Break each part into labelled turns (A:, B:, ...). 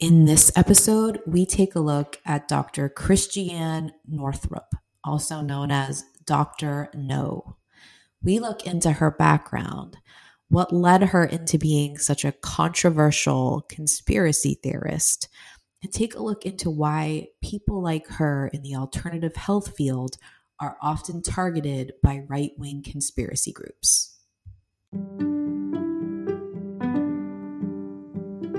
A: In this episode, we take a look at Dr. Christiane Northrup, also known as Dr. No. We look into her background, what led her into being such a controversial conspiracy theorist, and take a look into why people like her in the alternative health field are often targeted by right wing conspiracy groups.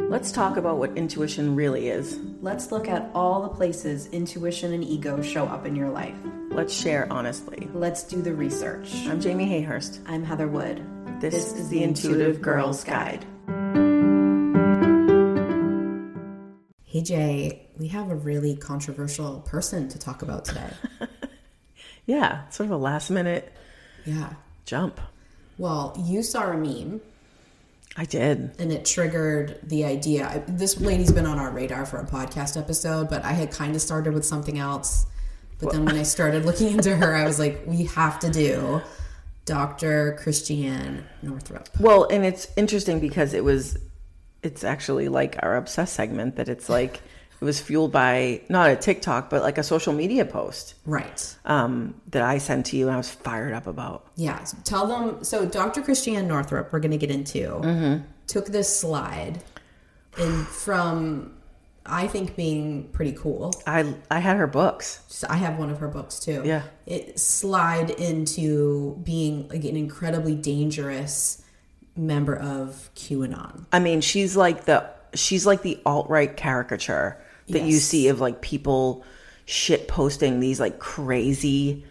B: Let's talk about what intuition really is.
C: Let's look at all the places intuition and ego show up in your life.
B: Let's share honestly.
C: Let's do the research.
B: I'm Jamie Hayhurst.
C: I'm Heather Wood.
B: This, this is the Intuitive, Intuitive Girls Guide.
A: Hey Jay, we have a really controversial person to talk about today.
B: yeah, sort of a last minute
A: yeah,
B: jump.
A: Well, you saw a meme
B: I did.
A: And it triggered the idea. This lady's been on our radar for a podcast episode, but I had kind of started with something else. But well. then when I started looking into her, I was like, we have to do Dr. Christiane Northrup.
B: Well, and it's interesting because it was, it's actually like our obsessed segment, but it's like, it was fueled by not a TikTok, but like a social media post.
A: Right.
B: Um, that I sent to you and I was fired up about.
A: Yeah. So tell them. So Dr. Christiane Northrup, we're going to get into, mm-hmm. took this slide and from, I think, being pretty cool.
B: I, I had her books.
A: So I have one of her books too.
B: Yeah.
A: It slide into being like an incredibly dangerous member of QAnon.
B: I mean, she's like the she's like the alt right caricature that yes. you see of like people shit posting these like crazy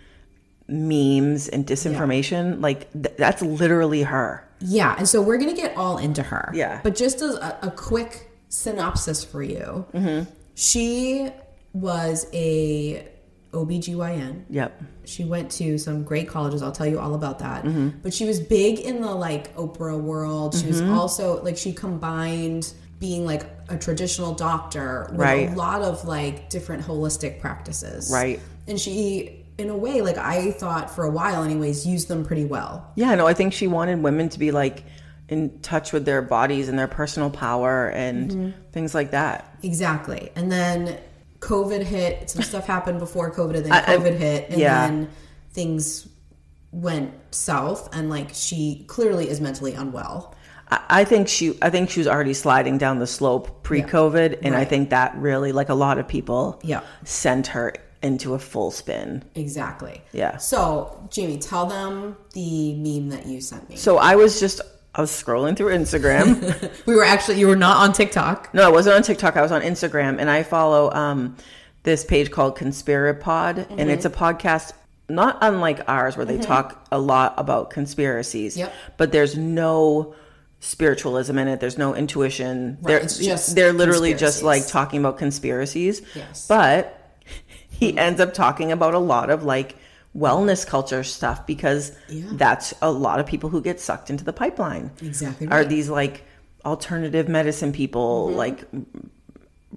B: memes and disinformation. Yeah. Like th- that's literally her.
A: Yeah, and so we're gonna get all into her.
B: Yeah,
A: but just as a, a quick synopsis for you, mm-hmm. she was a OBGYN.
B: Yep.
A: She went to some great colleges. I'll tell you all about that. Mm-hmm. But she was big in the like Oprah world. She mm-hmm. was also like she combined being like a traditional doctor with
B: right.
A: a lot of like different holistic practices.
B: Right.
A: And she in a way like I thought for a while anyways used them pretty well.
B: Yeah, no, I think she wanted women to be like in touch with their bodies and their personal power and mm-hmm. things like that.
A: Exactly. And then COVID hit, some stuff happened before COVID and then COVID I, I, hit and
B: yeah.
A: then things went south and like she clearly is mentally unwell.
B: I think she I think she was already sliding down the slope pre-COVID yeah. and right. I think that really like a lot of people
A: yeah.
B: sent her into a full spin.
A: Exactly.
B: Yeah.
A: So, Jamie, tell them the meme that you sent me.
B: So, I was just I was scrolling through Instagram.
A: we were actually you were not on TikTok.
B: No, I wasn't on TikTok. I was on Instagram and I follow um this page called Conspirapod mm-hmm. and it's a podcast not unlike ours where mm-hmm. they talk a lot about conspiracies.
A: Yep.
B: But there's no spiritualism in it. There's no intuition.
A: Right. They're, it's just
B: they're literally just like talking about conspiracies.
A: Yes.
B: But he mm-hmm. ends up talking about a lot of like wellness culture stuff because
A: yeah.
B: that's a lot of people who get sucked into the pipeline.
A: Exactly.
B: Right. Are these like alternative medicine people, mm-hmm. like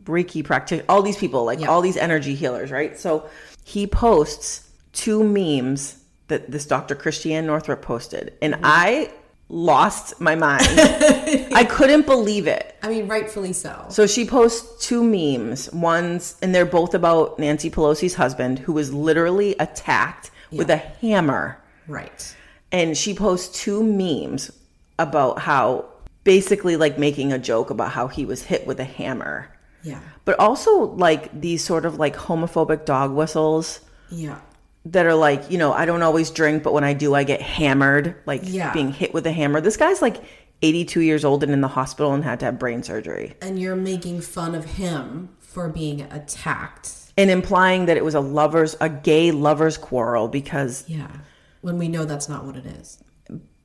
B: Reiki practitioners, all these people, like yeah. all these energy healers, right? So he posts two memes that this Dr. Christiane Northrup posted. And mm-hmm. I lost my mind. I couldn't believe it.
A: I mean, rightfully so.
B: So she posts two memes. One's, and they're both about Nancy Pelosi's husband, who was literally attacked yeah. with a hammer.
A: Right.
B: And she posts two memes about how basically like making a joke about how he was hit with a hammer.
A: Yeah.
B: But also like these sort of like homophobic dog whistles.
A: Yeah
B: that are like, you know, I don't always drink, but when I do, I get hammered, like
A: yeah.
B: being hit with a hammer. This guy's like 82 years old and in the hospital and had to have brain surgery.
A: And you're making fun of him for being attacked
B: and implying that it was a lovers, a gay lovers quarrel because
A: yeah, when we know that's not what it is.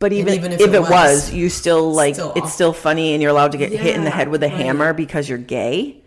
B: But even, even if, if, it, it was, was, you still like still it's awful. still funny and you're allowed to get yeah, hit in the head with a right. hammer because you're gay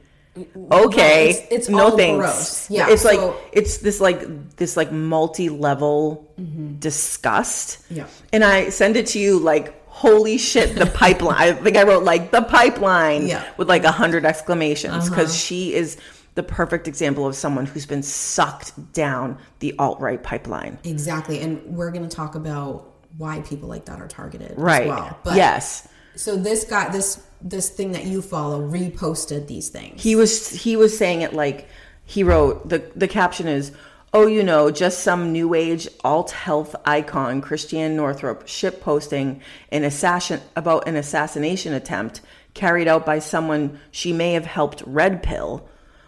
B: okay
A: no, it's, it's no thanks gross. yeah
B: it's so, like it's this like this like multi-level mm-hmm. disgust
A: yeah
B: and i send it to you like holy shit the pipeline i think i wrote like the pipeline
A: yeah.
B: with like a hundred exclamations because uh-huh. she is the perfect example of someone who's been sucked down the alt-right pipeline
A: exactly and we're going to talk about why people like that are targeted
B: right
A: well.
B: yes
A: So this guy, this this thing that you follow, reposted these things.
B: he was he was saying it like he wrote the the caption is oh you know just some new age alt health icon christian northrop ship posting an assassin about an assassination attempt carried out by someone she may have helped red pill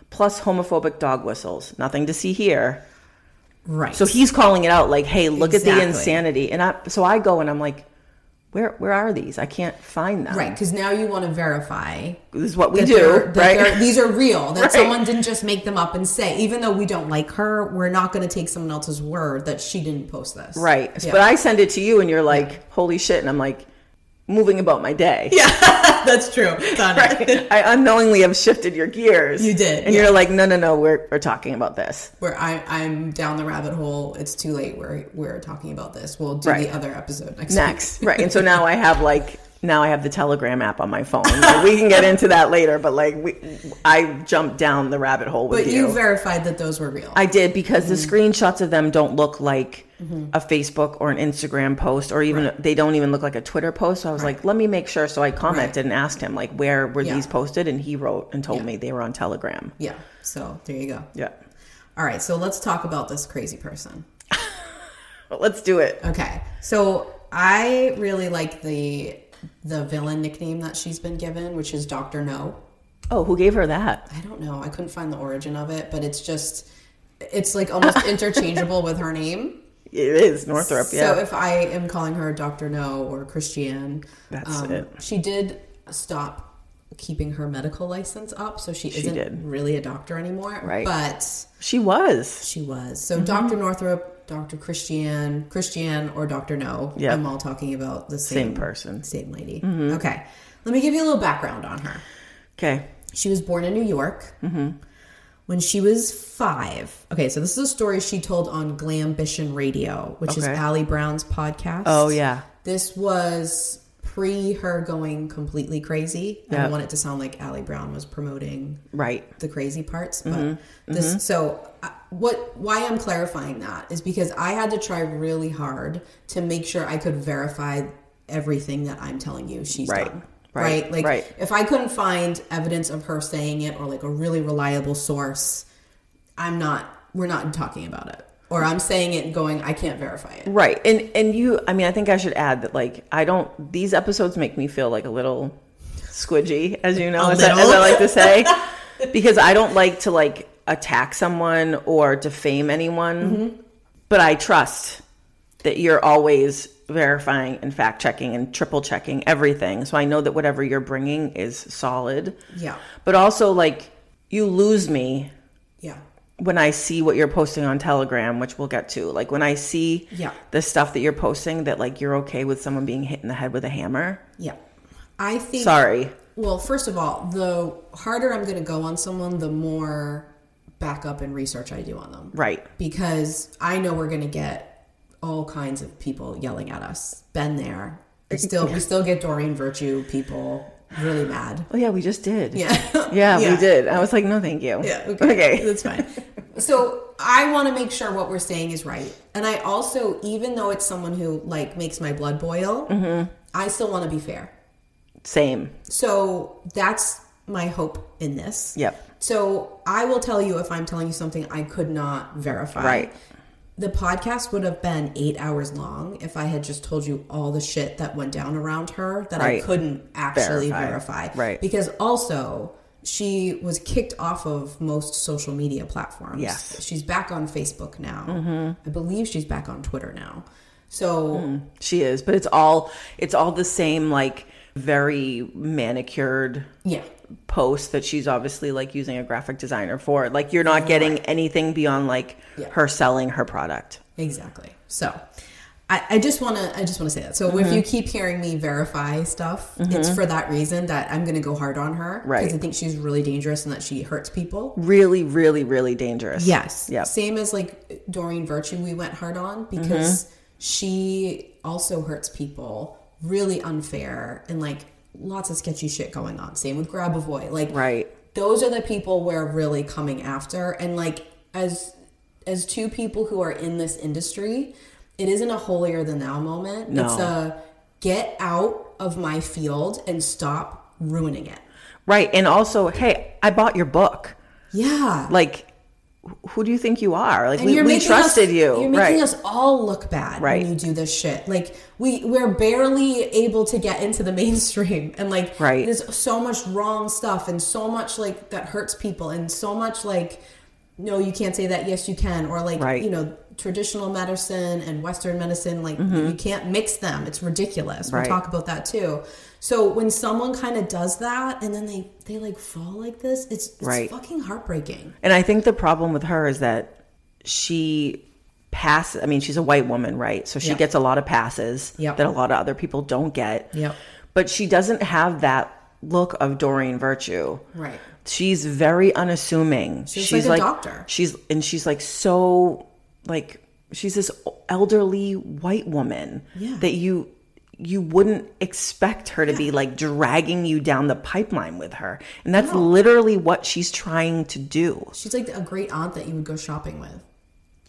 B: plus homophobic dog whistles nothing to see here
A: right.
B: so he's calling it out like hey look at
A: Exactly.
B: the insanity and i so i go and i'm like where where are these i can't find them
A: right because now you want to verify
B: this is what we
A: that
B: do
A: they're- that
B: right
A: they're- these are real. That
B: Right.
A: someone didn't just make them up and say. Even though we don't like her, we're not going to take someone else's word that she didn't post this.
B: Right. But I send it to you and you're like, holy shit. And I'm like, moving about my day. Yeah.
A: That's true. Done.
B: I unknowingly have shifted your gears.
A: You did,
B: And
A: yeah.
B: you're like, no, no, no, we're, we're talking about this.
A: Where I, I'm down the rabbit hole. It's too late. We're we're talking about this. We'll do
B: Right.
A: the other episode next.
B: Next. right. And so now I have like, now I have the Telegram app on my phone. Like, we can get into that later, but like, we, I jumped down the rabbit hole with
A: But you verified that those were real.
B: I did because the
A: Mm-hmm.
B: screenshots of them don't look like a Facebook or an Instagram post, or even they don't even look like a Twitter post. So I was like, let me make sure. So I commented and asked him like, where were
A: Yeah.
B: these posted? And he wrote and told me they were on Telegram.
A: yeah. So there you go.
B: Yeah,
A: All right. So let's talk about this crazy person.
B: Well, let's do it.
A: Okay. So I really like the the villain nickname that she's been given, which is Doctor No.
B: Oh, who gave her that?
A: I don't know. I couldn't find the origin of it, but it's just it's like almost interchangeable with her name.
B: It is Northrop. Yeah,
A: So if I am calling her Doctor No or Christiane, um,
B: That's it.
A: She did stop keeping her medical license up, so she, isn't
B: did.
A: really a doctor anymore.
B: Right. Mm-hmm.
A: but
B: she was.
A: she was. So Doctor Northrop, Doctor Christiane, Christiane, or Doctor No.
B: Yeah.
A: I'm all talking about the same
B: Same person. Mm-hmm.
A: same lady. Okay, let me give you a little background on her.
B: Okay.
A: She was born in New York.
B: Mm-hmm.
A: When she was five, okay, so this is a story she told on Glambition Radio, which is
B: Okay.
A: Allie Brown's podcast.
B: Oh yeah.
A: This was pre her going completely crazy. I
B: Yeah.
A: don't want it to sound like Allie Brown was promoting
B: Right.
A: the crazy parts, but
B: Mm-hmm.
A: this. So, uh, what? Why I'm clarifying that is because I had to try really hard to make sure I could verify everything that I'm telling you. She's
B: Right.
A: done.
B: Right.
A: Right. Like,
B: Right.
A: if I couldn't find evidence of her saying it or like a really reliable source, I'm not. We're not talking about it. Or I'm saying it and going, I can't verify it.
B: Right. And and you I mean I think I should add that like I don't these episodes make me feel like a little squidgy, as you know, as I, as I
A: little?
B: like to say. because I don't like to like attack someone or defame anyone. But I trust that you're always verifying and fact checking and triple checking everything. So I know that whatever you're bringing is solid.
A: Yeah.
B: But also like you lose me
A: Yeah.
B: when I see what you're posting on Telegram, which we'll get to, like when I see
A: Yeah.
B: the stuff that you're posting, that like you're okay with someone being hit in the head with a hammer.
A: Yeah. I think.
B: Sorry,
A: Well, first of all, the harder I'm going to go on someone, the more backup and research I do on them.
B: right?
A: Because I know we're going to get all kinds of people yelling at us. Been there. We still, we still get Doreen Virtue people really mad.
B: Oh yeah, we just did.
A: Yeah.
B: yeah,
A: Yeah.
B: we did. I was like, no, thank you.
A: Yeah. Okay.
B: okay.
A: That's fine. So I want to make sure what we're saying is right. And I also, even though it's someone who like makes my blood boil,
B: Mm-hmm.
A: I still want to be fair.
B: Same.
A: So that's my hope in this.
B: Yep.
A: So I will tell you if I'm telling you something I could not verify.
B: Right.
A: The podcast would have been eight hours long if I had just told you all the shit that went down around her that I
B: Right.
A: couldn't actually
B: Verify.
A: verify.
B: Right.
A: Because also, she was kicked off of most social media platforms.
B: Yes. Mm-hmm.
A: She's back on Facebook now. I believe she's back on Twitter now. So
B: She is, but it's all it's all the same, like very manicured
A: yeah.
B: post that she's obviously like using a graphic designer for. Like you're not getting anything beyond like
A: Yeah.
B: her selling her product.
A: Exactly. So I, I just want to I just want to say that. So
B: Mm-hmm.
A: if you keep hearing me verify stuff, it's for that reason that I'm going to go hard on her
B: Right.
A: I think she's really dangerous and that she hurts people.
B: Really, really, really dangerous.
A: Yes.
B: Yep.
A: Same as like Doreen Virtue we went hard on because
B: Mm-hmm.
A: she also hurts people really unfair and like lots of sketchy shit going on. Same with Grabavoy. Like
B: Right.
A: those are the people we're really coming after and like as as two people who are in this industry it isn't a holier than thou moment
B: No.
A: it's a get out of my field and stop ruining it.
B: Right. And also, hey, I bought your book.
A: Yeah.
B: Like, who do you think you are? Like,
A: And
B: we,
A: you're
B: we
A: making
B: trusted
A: us,
B: you.
A: You're making
B: right.
A: us all look bad
B: Right.
A: when you do this shit. Like we we're barely able to get into the mainstream, and like
B: Right.
A: there's so much wrong stuff, and so much like that hurts people, and so much like no, you can't say that. Yes, you can, or like
B: Right.
A: you know traditional medicine and Western medicine. Like you can't mix them. It's ridiculous.
B: Mm-hmm. Right.
A: We'll talk about that too. So when someone kind of does that, and then they they like fall like this, it's it's
B: Right.
A: fucking heartbreaking.
B: And I think the problem with her is that she passes. I mean, she's a white woman, right? So she
A: Yeah.
B: gets a lot of passes
A: Yep.
B: that a lot of other people don't get.
A: Yep.
B: But she doesn't have that look of Doreen Virtue.
A: Right.
B: She's very unassuming.
A: She's like a doctor.
B: She's and she's like so like she's this elderly white woman
A: Yeah.
B: that you you wouldn't expect her to be like dragging you down the pipeline with her. And that's literally what she's trying to do.
A: She's like a great aunt that you would go shopping with.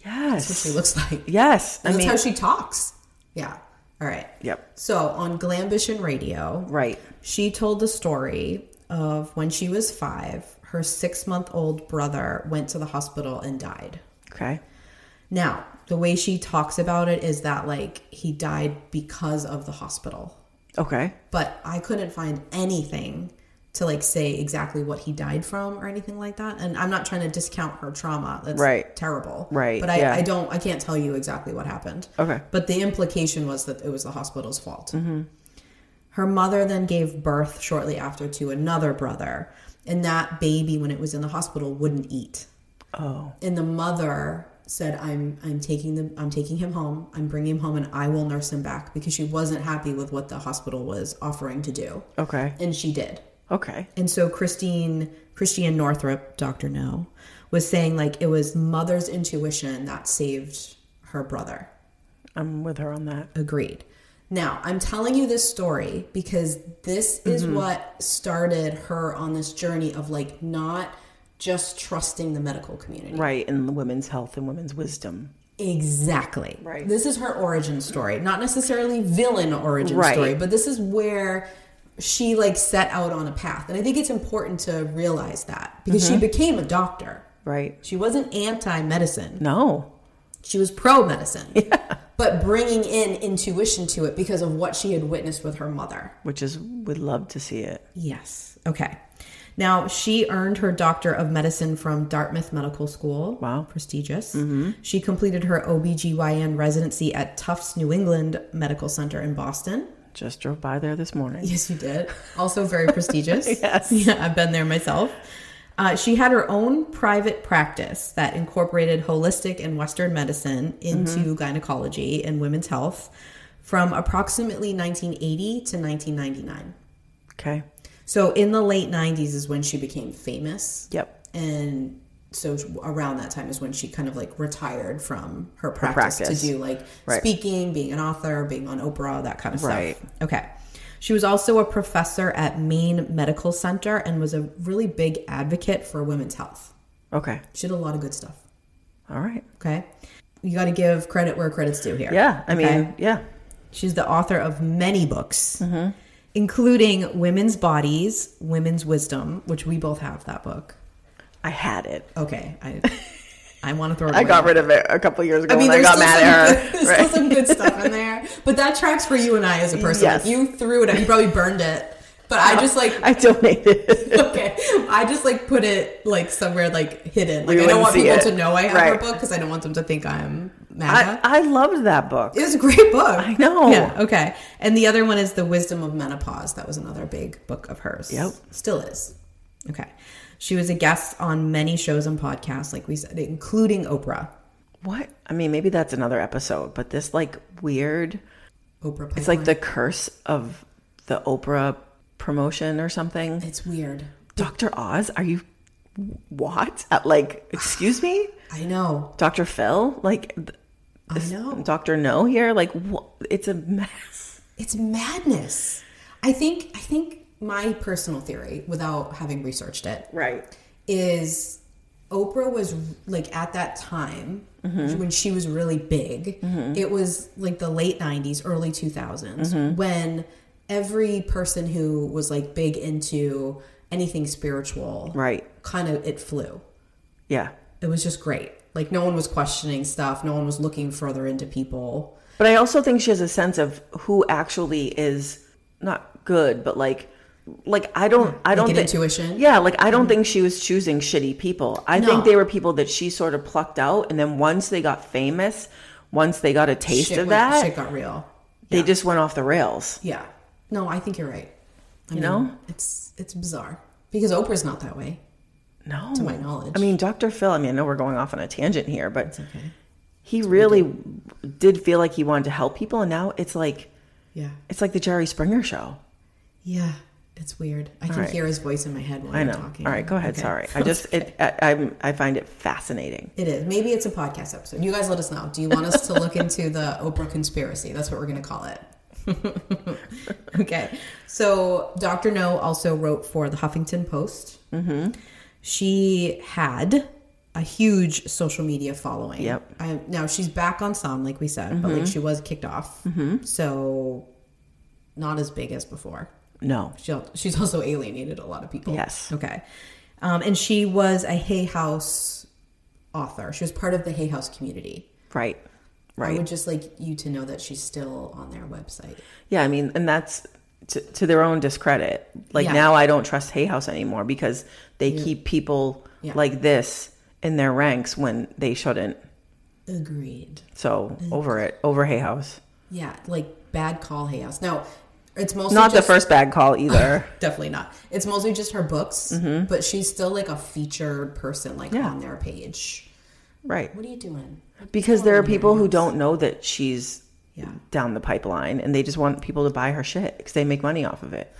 B: Yes.
A: She looks like.
B: Yes, I
A: That's
B: mean,
A: how she talks. Yeah. All right.
B: Yep.
A: So on Glambition Radio,
B: right,
A: she told the story of when she was five, her six month old brother went to the hospital and died.
B: okay,
A: Now, the way she talks about it is that like he died because of the hospital.
B: okay,
A: but I couldn't find anything to like say exactly what he died from or anything like that. And I'm not trying to discount her trauma. That's
B: Right.
A: terrible.
B: Right,
A: But I,
B: yeah.
A: I don't I can't tell you exactly what happened.
B: Okay. Mm-hmm.
A: But the implication was that it was the hospital's fault. Her mother then gave birth shortly after to another brother. And that baby, when it was in the hospital, wouldn't eat
B: oh,
A: and the mother said i'm i'm taking the i'm taking him home i'm bringing him home and i will nurse him back because she wasn't happy with what the hospital was offering to do
B: okay,
A: and she did
B: okay,
A: and so christine christian northrup dr no was saying like it was mother's intuition that saved her brother
B: I'm with her on that.
A: Agreed. Now, I'm telling you this story because this is what started her on this journey of like not just trusting the medical community.
B: Right, and the women's health and women's wisdom.
A: Exactly.
B: Right.
A: This is her origin story, not necessarily villain origin
B: Right.
A: story, but this is where she like set out on a path. And I think it's important to realize that because
B: Mm-hmm.
A: she became a doctor.
B: Right,
A: She wasn't anti-medicine.
B: no,
A: She was pro-medicine. But bringing in intuition to it because of what she had witnessed with her mother.
B: which is would love to see it.
A: Yes. Okay. Now, she earned her Doctor of Medicine from Dartmouth Medical School.
B: Wow.
A: Prestigious. She completed her OBGYN residency at Tufts New England Medical Center in Boston.
B: Just drove by there this morning.
A: Yes, you did. Also very prestigious. yes. Yeah, I've been there myself. Uh, she had her own private practice that incorporated holistic and Western medicine into gynecology and women's health from approximately 1980 to 1999.
B: Okay,
A: So in the late 90s is when she became famous.
B: yep,
A: And so around that time is when she kind of like retired from her practice,
B: practice.
A: to do like
B: Right.
A: speaking, being an author, being on Oprah, that kind of stuff.
B: Right.
A: Okay. She was also a professor at Maine Medical Center and was a really big advocate for women's health.
B: okay,
A: She did a lot of good stuff.
B: all right,
A: Okay. You got to give credit where credit's due here.
B: yeah. I mean,
A: Okay.
B: yeah,
A: She's the author of many books,
B: Mm-hmm.
A: including Women's Bodies, Women's Wisdom, which we both have that book.
B: I had it.
A: Okay, I I want to throw. It
B: I
A: away.
B: got rid of it a couple years ago
A: I mean,
B: when I
A: there's
B: got
A: still, some good,
B: mad at her.
A: there's
B: Right.
A: still some good stuff in there, but that tracks for you and I as a person.
B: Yes.
A: Like, you threw it. out. You probably burned it, but I just like
B: I donated. it.
A: okay. I just like put it like somewhere like hidden. Like
B: You
A: I don't want people
B: wouldn't see it.
A: to know I have her
B: Right.
A: book because I don't want them to think I'm
B: I,
A: mad.
B: I loved that book.
A: It was a great book. I
B: know.
A: Yeah. Okay. And the other one is The Wisdom of Menopause. That was another big book of hers.
B: Yep.
A: Still is. Okay. She was a guest on many shows and podcasts, like we said, including Oprah.
B: What? I mean, maybe that's another episode, but this like weird
A: Oprah.
B: It's like the curse of the Oprah promotion or something.
A: It's weird.
B: Dr. Oz, are you what? Uh, Like, excuse me?
A: I know.
B: Dr. Phil? Like, th-
A: I know.
B: Dr. No here? Like, wha it's a mess.
A: It's madness. I think. I think my personal theory, without having researched it,
B: Right.
A: is Oprah was like at that time
B: Mm-hmm.
A: when she was
B: Mm-hmm.
A: really big. It was like the late 90s, early 2000s when every person who was like big into anything spiritual
B: Right.
A: kind of it flew.
B: Yeah.
A: It was just great. Like no one was questioning stuff, no one was looking further into people.
B: But I also think she has a sense of who actually is not good, but like, like I don't, I don't
A: an
B: think
A: intuition? Mm-hmm.
B: Yeah, like I don't think she was choosing shitty people. I
A: No.
B: think they were people that she sort of plucked out, and then once they got famous, once they got a taste
A: Shit
B: of
A: went-
B: that,
A: shit got real.
B: they just went off the rails.
A: Yeah. No, I think you're right. I
B: You know?
A: it's it's bizarre because Oprah's not that way,
B: No,
A: to my knowledge.
B: I mean, Dr. Phil. I mean, I know we're going off on a tangent here, but he really did feel like he wanted to help people, and now it's like
A: yeah,
B: it's like the Jerry Springer show.
A: yeah, it's weird. I can
B: right.
A: hear his voice in my head while
B: I
A: you're
B: know.
A: talking.
B: All right, go ahead.
A: Okay.
B: Sorry, I just it, I, I'm I find it fascinating.
A: It is. Maybe it's a podcast episode. You guys let us know. Do you want us to look into the Oprah conspiracy? That's what we're going to call it. okay. So Dr. No also wrote for the Huffington Post. Mm-hmm. She had a huge social media following.
B: Yep. Mm-hmm.
A: I, now she's back on some, like we said, but like she was kicked off. So not as big as before.
B: No,
A: She, al- she's also alienated a lot of people.
B: Yes.
A: Okay. Um, and she was a Hay House author. She was part of the Hay House community.
B: right,
A: I
B: right.
A: would just like you to know that she's still on their website.
B: Yeah, I mean, and that's to, to their own discredit. Like
A: Yeah.
B: now, I don't trust Hay House anymore because they keep people
A: Yeah.
B: like this in their ranks when they shouldn't.
A: Agreed.
B: So
A: Mm.
B: over it, over Hay House.
A: Yeah, like bad call Hay House. No, it's mostly
B: Not the
A: just-
B: first bad call either.
A: Definitely not. It's mostly just her books, but she's still like a featured person, like
B: Mm-hmm. Yeah.
A: on their page.
B: right.
A: What are you doing?
B: Because there are people who don't know that she's
A: Yeah.
B: down the pipeline and they just want people to buy her shit because they make money off of it.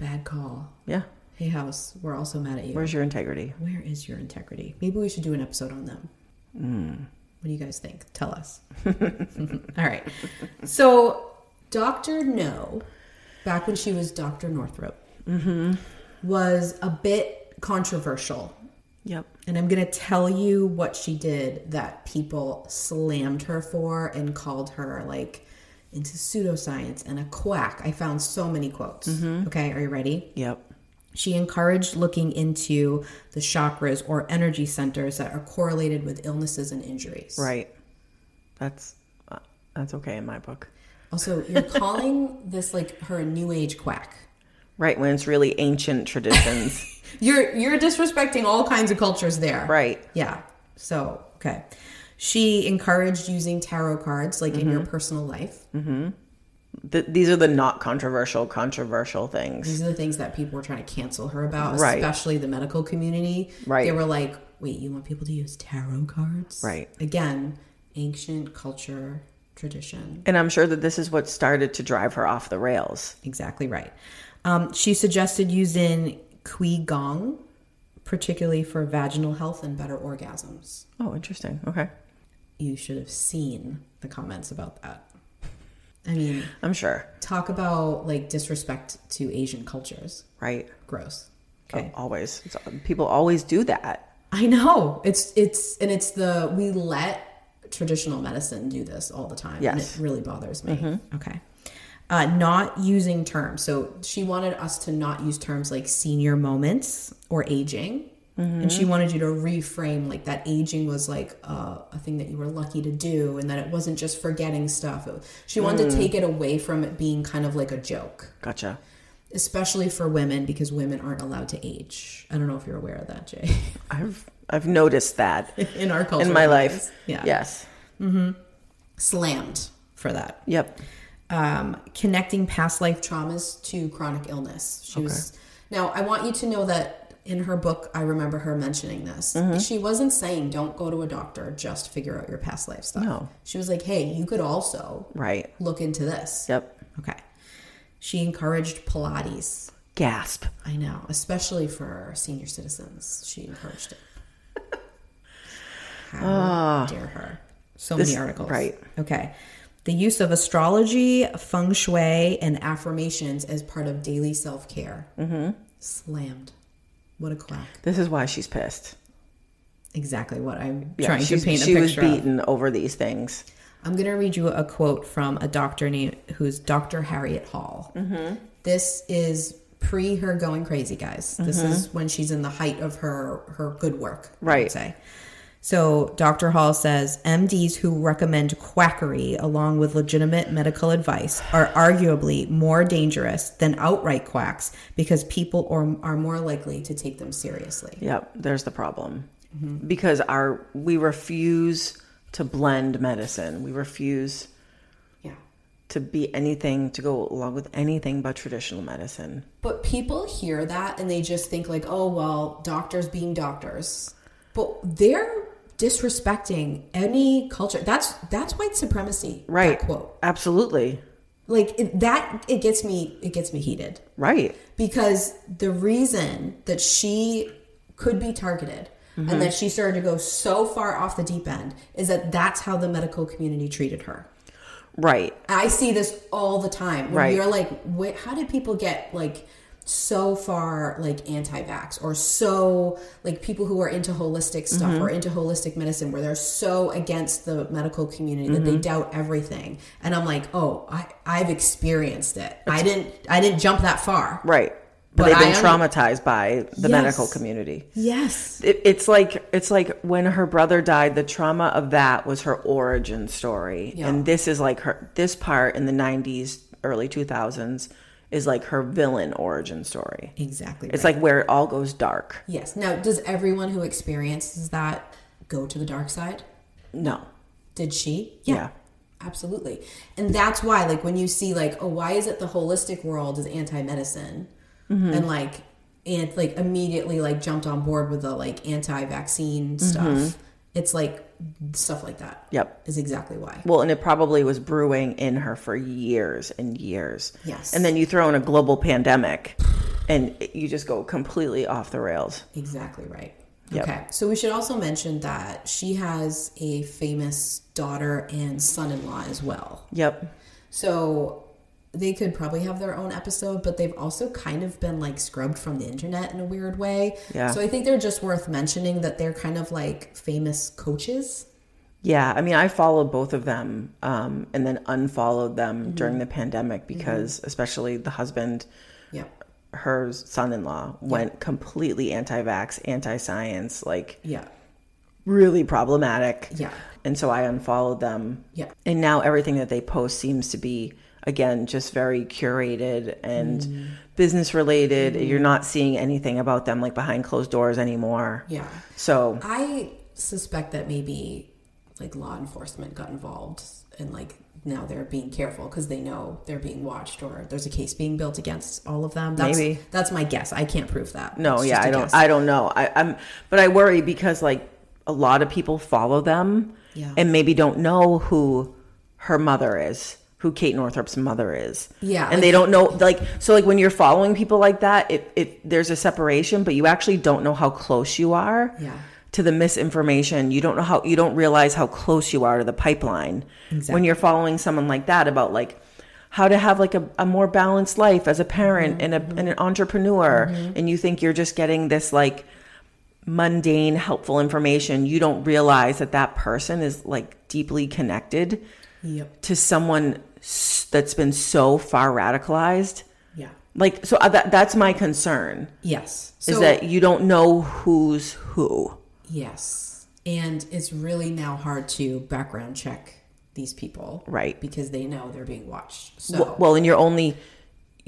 A: Bad call.
B: Yeah.
A: Hay House, we're also mad at you.
B: Where's your integrity?
A: Where is your integrity? Maybe we should do an episode on them. What do you guys think? Tell us. All right. So, Dr. No, back when she was Dr. Northrop, was a bit controversial.
B: Yep.
A: And I'm going to tell you what she did that people slammed her for and called her like into pseudoscience and a quack. I found so many quotes. Okay, are you ready?
B: Yep.
A: She encouraged looking into the chakras or energy centers that are correlated with illnesses and injuries.
B: Right. That's uh, that's okay in my book.
A: Also, you're calling this like her a new age quack.
B: Right when it's really ancient traditions.
A: You're you're disrespecting all kinds of cultures there.
B: right.
A: Yeah. So, okay. She encouraged using tarot cards like in your personal life.
B: Th these are the not controversial controversial things.
A: These are the things that people were trying to cancel her about,
B: Right.
A: especially the medical community.
B: Right.
A: They were like, wait, you want people to use tarot cards?
B: Right.
A: Again, ancient culture, tradition.
B: And I'm sure that this is what started to drive her off the rails.
A: Exactly right. Um, she suggested using Qigong, particularly for vaginal health and better orgasms.
B: Oh, interesting. Okay.
A: You should have seen the comments about that. I mean,
B: I'm sure.
A: talk about like disrespect to Asian cultures.
B: Right.
A: Gross. Okay.
B: Always. It's, uh, people always do that.
A: I know. It's it's and it's the we let traditional medicine do this all the time. And
B: Yes.
A: it really bothers me. Okay. Uh, not using terms. So she wanted us to not use terms like senior moments or aging. And she wanted you to reframe like that aging was like uh, a thing that you were lucky to do and that it wasn't just forgetting stuff. It- She wanted to take it away from it being kind of like a joke,
B: Gotcha.
A: especially for women because women aren't allowed to age. I don't know if you're aware of that, Jay.
B: I've I've noticed that
A: in our culture
B: in my life.
A: anyways. yeah
B: Yes.
A: slammed for that
B: Yep.
A: um connecting past life traumas to chronic illness she was now i want you to know that in her book i remember her mentioning this
B: Mm-hmm.
A: she wasn't saying don't go to a doctor just figure out your past life stuff
B: No.
A: she was like hey you could also
B: Right.
A: look into this
B: Yep.
A: okay she encouraged pilates
B: Gasp.
A: i know especially for senior citizens she encouraged it how dare her so
B: Ah. This-
A: many articles
B: right.
A: Okay. The use of astrology, feng shui, and affirmations as part of daily self care. Mm-hmm. Slammed. What a quack.
B: This is why she's pissed.
A: Exactly what I'm
B: Yeah,
A: trying to
B: she's-
A: paint a
B: she was
A: picture of.
B: beaten over these things.
A: I'm going to read you a quote from a doctor named who's Dr. Harriet Hall. Mm-hmm. This is pre her going crazy, guys. This is when she's in the height of her her good work, I would
B: Right.
A: Say. So Dr. Hall says MDs who recommend quackery along with legitimate medical advice are arguably more dangerous than outright quacks because people are, are more likely to take them seriously.
B: Yep, there's the problem.
A: Mm-hmm.
B: Because our we refuse to blend medicine. We refuse
A: Yeah.
B: to be anything to go along with anything but traditional medicine.
A: But people hear that and they just think like, oh well, doctors being doctors. But they're disrespecting any culture. That's that's white supremacy. that
B: Right.
A: quote.
B: Absolutely.
A: Like it, that it gets me it gets me heated
B: Right.
A: because the reason that she could be targeted and that she started to go so far off the deep end is that that's how the medical community treated her.
B: Right.
A: I see this all the time. When
B: Right.
A: You're like, wait, how did people get like so far like anti-vax or so like people who are into holistic stuff
B: Mm-hmm.
A: or into holistic medicine where they're so against the medical community that
B: Mm-hmm.
A: they doubt everything. And I'm like, oh, I, I've experienced it. I didn't I didn't jump that far.
B: Right.
A: But
B: But, they've been
A: I under-
B: traumatized by the
A: Yes.
B: medical community.
A: Yes.
B: It, it's like it's like when her brother died, the trauma of that was her origin story,
A: Yeah.
B: and this is like her this part in the '90s, early 2000s is like her villain origin story.
A: Exactly.
B: It's
A: right.
B: like where it all goes dark.
A: Yes. Now does everyone who experiences that go to the dark side?
B: No,
A: Did she?
B: Yeah.
A: Absolutely. And that's why, like, when you see, like, oh, why is it the holistic world is anti medicine?
B: Mm-hmm.
A: And, like, and like immediately like jumped on board with the like anti-vaccine
B: Mm-hmm.
A: stuff. It's like stuff like that.
B: Yep.
A: is exactly why.
B: Well, and it probably was brewing in her for years and years.
A: Yes.
B: And then you throw in a global pandemic, and it- you just go completely off the rails.
A: Exactly right.
B: Yep.
A: Okay. So we should also mention that she has a famous daughter and son-in-law as well.
B: Yep.
A: So they could probably have their own episode, but they've also kind of been like scrubbed from the internet in a weird way.
B: Yeah.
A: So I think they're just worth mentioning that they're kind of like famous coaches.
B: Yeah, I mean, I followed both of them um, and then unfollowed them during the pandemic because, especially the husband,
A: Yeah.
B: her son in law, went completely anti vax, anti science, like
A: Yeah.
B: really problematic.
A: Yeah.
B: And so I unfollowed them.
A: Yeah.
B: And now everything that they post seems to be, again, just very curated and
A: Mm.
B: business related. You're not seeing anything about them like behind closed doors anymore.
A: Yeah.
B: So,
A: I suspect that maybe like law enforcement got involved and like now they're being careful because they know they're being watched or there's a case being built against all of them. That's,
B: Maybe.
A: That's my guess. I can't prove that.
B: No,
A: It's
B: yeah,
A: just a
B: I don't.
A: guess.
B: I don't know. I, I'm, but I worry because like a lot of people follow them,
A: Yeah.
B: and maybe don't know who her mother is, who Kate Northrup's mother is.
A: Yeah,
B: and
A: like-
B: they don't know like so like when you're following people like that, it it there's a separation, but you actually don't know how close you are.
A: Yeah.
B: To the misinformation, you don't know how you don't realize how close you are to the pipeline when you're following someone like that about like how to have like a, a more balanced life as a parent and, a, and an entrepreneur and you think you're just getting this like mundane helpful information you don't realize that that person is like deeply connected
A: Yep.
B: to someone s- that's been so far radicalized
A: Yeah.
B: like so uh, that, that's my concern
A: Yes.
B: is that you don't know who's who
A: Yes. And it's really now hard to background check these people.
B: Right.
A: Because they know they're being watched. So,
B: Well, well, and you're only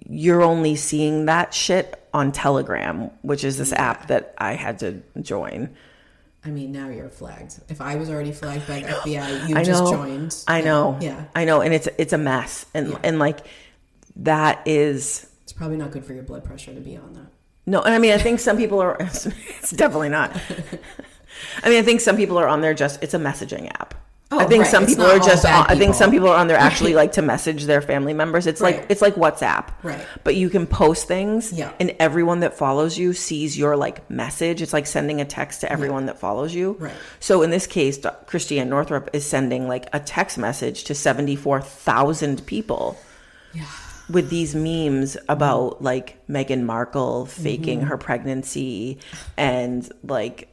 B: you're only seeing that shit on Telegram, which is this app that I had to join.
A: I mean, now you're flagged. If I was already flagged by the FBI, you
B: I
A: just
B: know.
A: joined.
B: I
A: Yeah.
B: know.
A: Yeah.
B: I know, and it's it's a mess, and and like that is
A: It's probably not good for your blood pressure to be on that.
B: no. And I mean, I think some people are. It's definitely not. I mean, I think some people are on there just. It's a messaging app.
A: Oh,
B: I think
A: right.
B: some
A: It's
B: people
A: not
B: are
A: all
B: just.
A: bad
B: On, I think
A: people.
B: some people are on there actually like to message their family members. It's
A: Right.
B: like it's like WhatsApp,
A: Right.
B: But you can post things,
A: Yeah.
B: and everyone that follows you sees your like message. It's like sending a text to everyone that follows you,
A: Right.
B: So in this case, Do- Christiane Northrup is sending like a text message to seventy four thousand people
A: Yeah.
B: with these memes
D: Mm-hmm.
B: about like Meghan Markle faking her pregnancy and like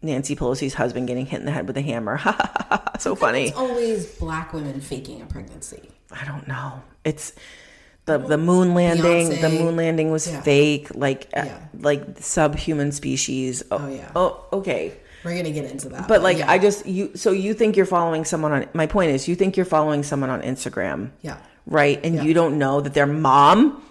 B: Nancy Pelosi's husband getting hit in the head with a hammer. so funny.
A: It's always black women faking a pregnancy.
B: I don't know. It's the the moon landing. The
D: Beyonce.
B: moon landing was
D: Yeah.
B: fake. Like uh,
D: Yeah.
B: like subhuman species. Oh,
D: yeah.
B: Oh okay.
D: We're gonna get into that.
B: But like
D: yeah.
B: I just you so you think you're following someone on my point is you think you're following someone on Instagram.
D: yeah,
B: Right? And you don't know that their mom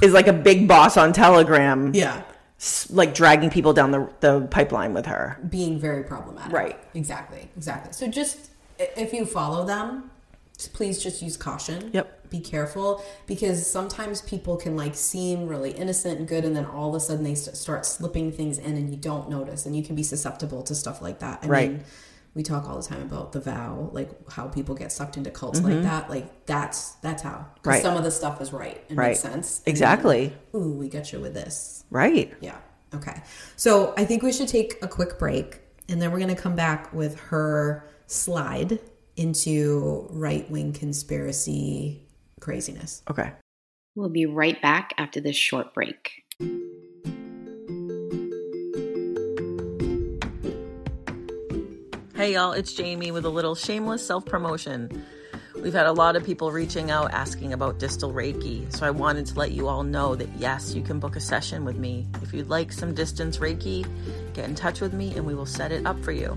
B: is like a big boss on Telegram.
D: yeah,
B: s- Like dragging people down the the pipeline with her.
D: being very problematic.
B: Right.
D: Exactly. Exactly. So just i- if you follow them, just please just use caution.
B: Yep.
D: Be careful because sometimes people can like seem really innocent and good, and then all of a sudden they st- start slipping things in, and you don't notice, and you can be susceptible to stuff like that. I
B: Right.
D: Mean, we talk all the time about the vow, like how people get sucked into cults like that. Like that's that's how. 'Cause
B: Mm-hmm. Right.
D: Some of the stuff is right. It
B: Right.
D: makes sense. And then,
B: Exactly.
D: Ooh, we get you with this.
B: Right.
D: Yeah. Okay. So I think we should take a quick break and then we're going to come back with her slide into right wing conspiracy craziness.
B: Okay.
E: We'll be right back after this short break.
B: Hey y'all, it's Jamie with a little shameless self promotion. We've had a lot of people reaching out asking about distal Reiki, so I wanted to let you all know that yes, you can book a session with me. If you'd like some distance Reiki, get in touch with me and we will set it up for you.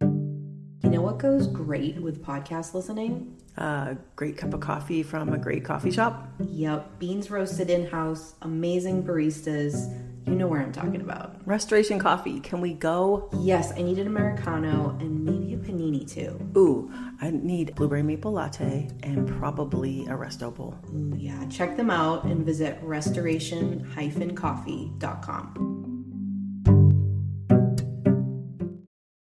A: You know what goes great with podcast listening?
B: A great cup of coffee from a great coffee shop.
A: Yep, beans roasted in house, amazing baristas. You know where I'm talking about.
B: Restoration coffee. Can we go?
A: Yes, I need an Americano and maybe a panini too.
B: Ooh, I need blueberry maple latte and probably a resto bowl.
A: Ooh, yeah, check them out and visit restoration-coffee.com.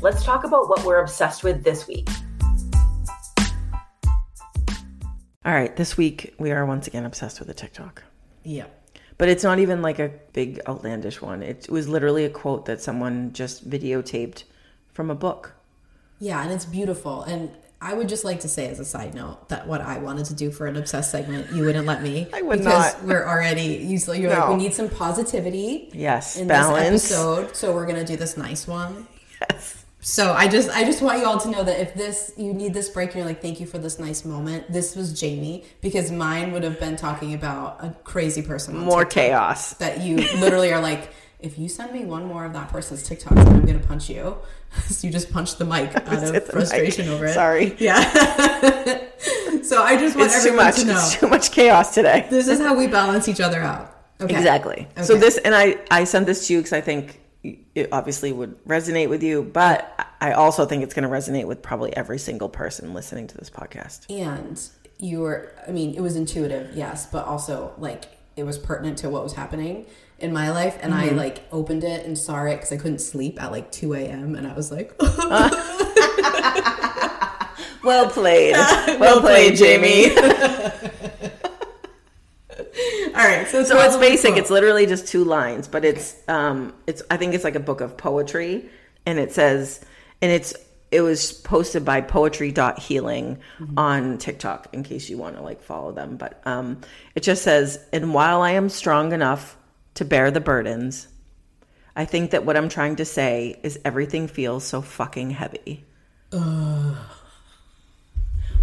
B: Let's talk about what we're obsessed with this week. All right, this week we are once again obsessed with a TikTok.
D: Yeah.
B: But it's not even like a big outlandish one. It was literally a quote that someone just videotaped from a book.
D: Yeah, and it's beautiful. And I would just like to say, as a side note, that what I wanted to do for an obsessed segment, you wouldn't let me. I
B: would
D: because
B: not.
D: We're already. You, so you're like, we need some positivity.
B: Yes,
D: in
B: balance.
D: this episode, so we're gonna do this nice one. So I just I just want you all to know that if this you need this break and you're like thank you for this nice moment this was Jamie because mine would have been talking about a crazy person on
B: More
D: TikTok
B: chaos.
D: that you literally are like if you send me one more of that person's TikToks I'm gonna punch you so you just punch the mic out of frustration over it
B: Sorry.
D: yeah so I just want
B: It's too
D: everyone
B: much.
D: to know
B: It's too much chaos today.
D: this is how we balance each other out okay
B: Exactly. So
D: Okay.
B: this, and I, I sent this to you because I think it obviously would resonate with you, but I also think it's going to resonate with probably every single person listening to this podcast.
D: and you were i mean it was intuitive yes but also like it was pertinent to what was happening in my life and
B: Mm-hmm.
D: i like opened it and saw it because i couldn't sleep at like 2 a.m and i was like
B: Well played. well, played, Jamie.
D: all right so it's,
B: So it's
D: probably
B: basic.
D: cool.
B: It's literally just two lines, but it's um it's I think it's like a book of poetry and it says and it's it was posted by poetry.healing on TikTok in case you want to like follow them, but um it just says and while I am strong enough to bear the burdens, I think that what I'm trying to say is everything feels so fucking heavy.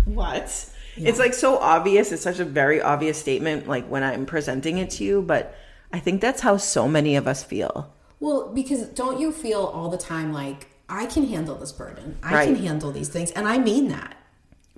B: What? It's like so obvious. It's such a very obvious statement, like when I'm presenting it to you, but I think that's how so many of us feel.
F: Well, because don't you feel all the time like I can handle this burden, I
B: Right.
F: can handle these things, and I mean that.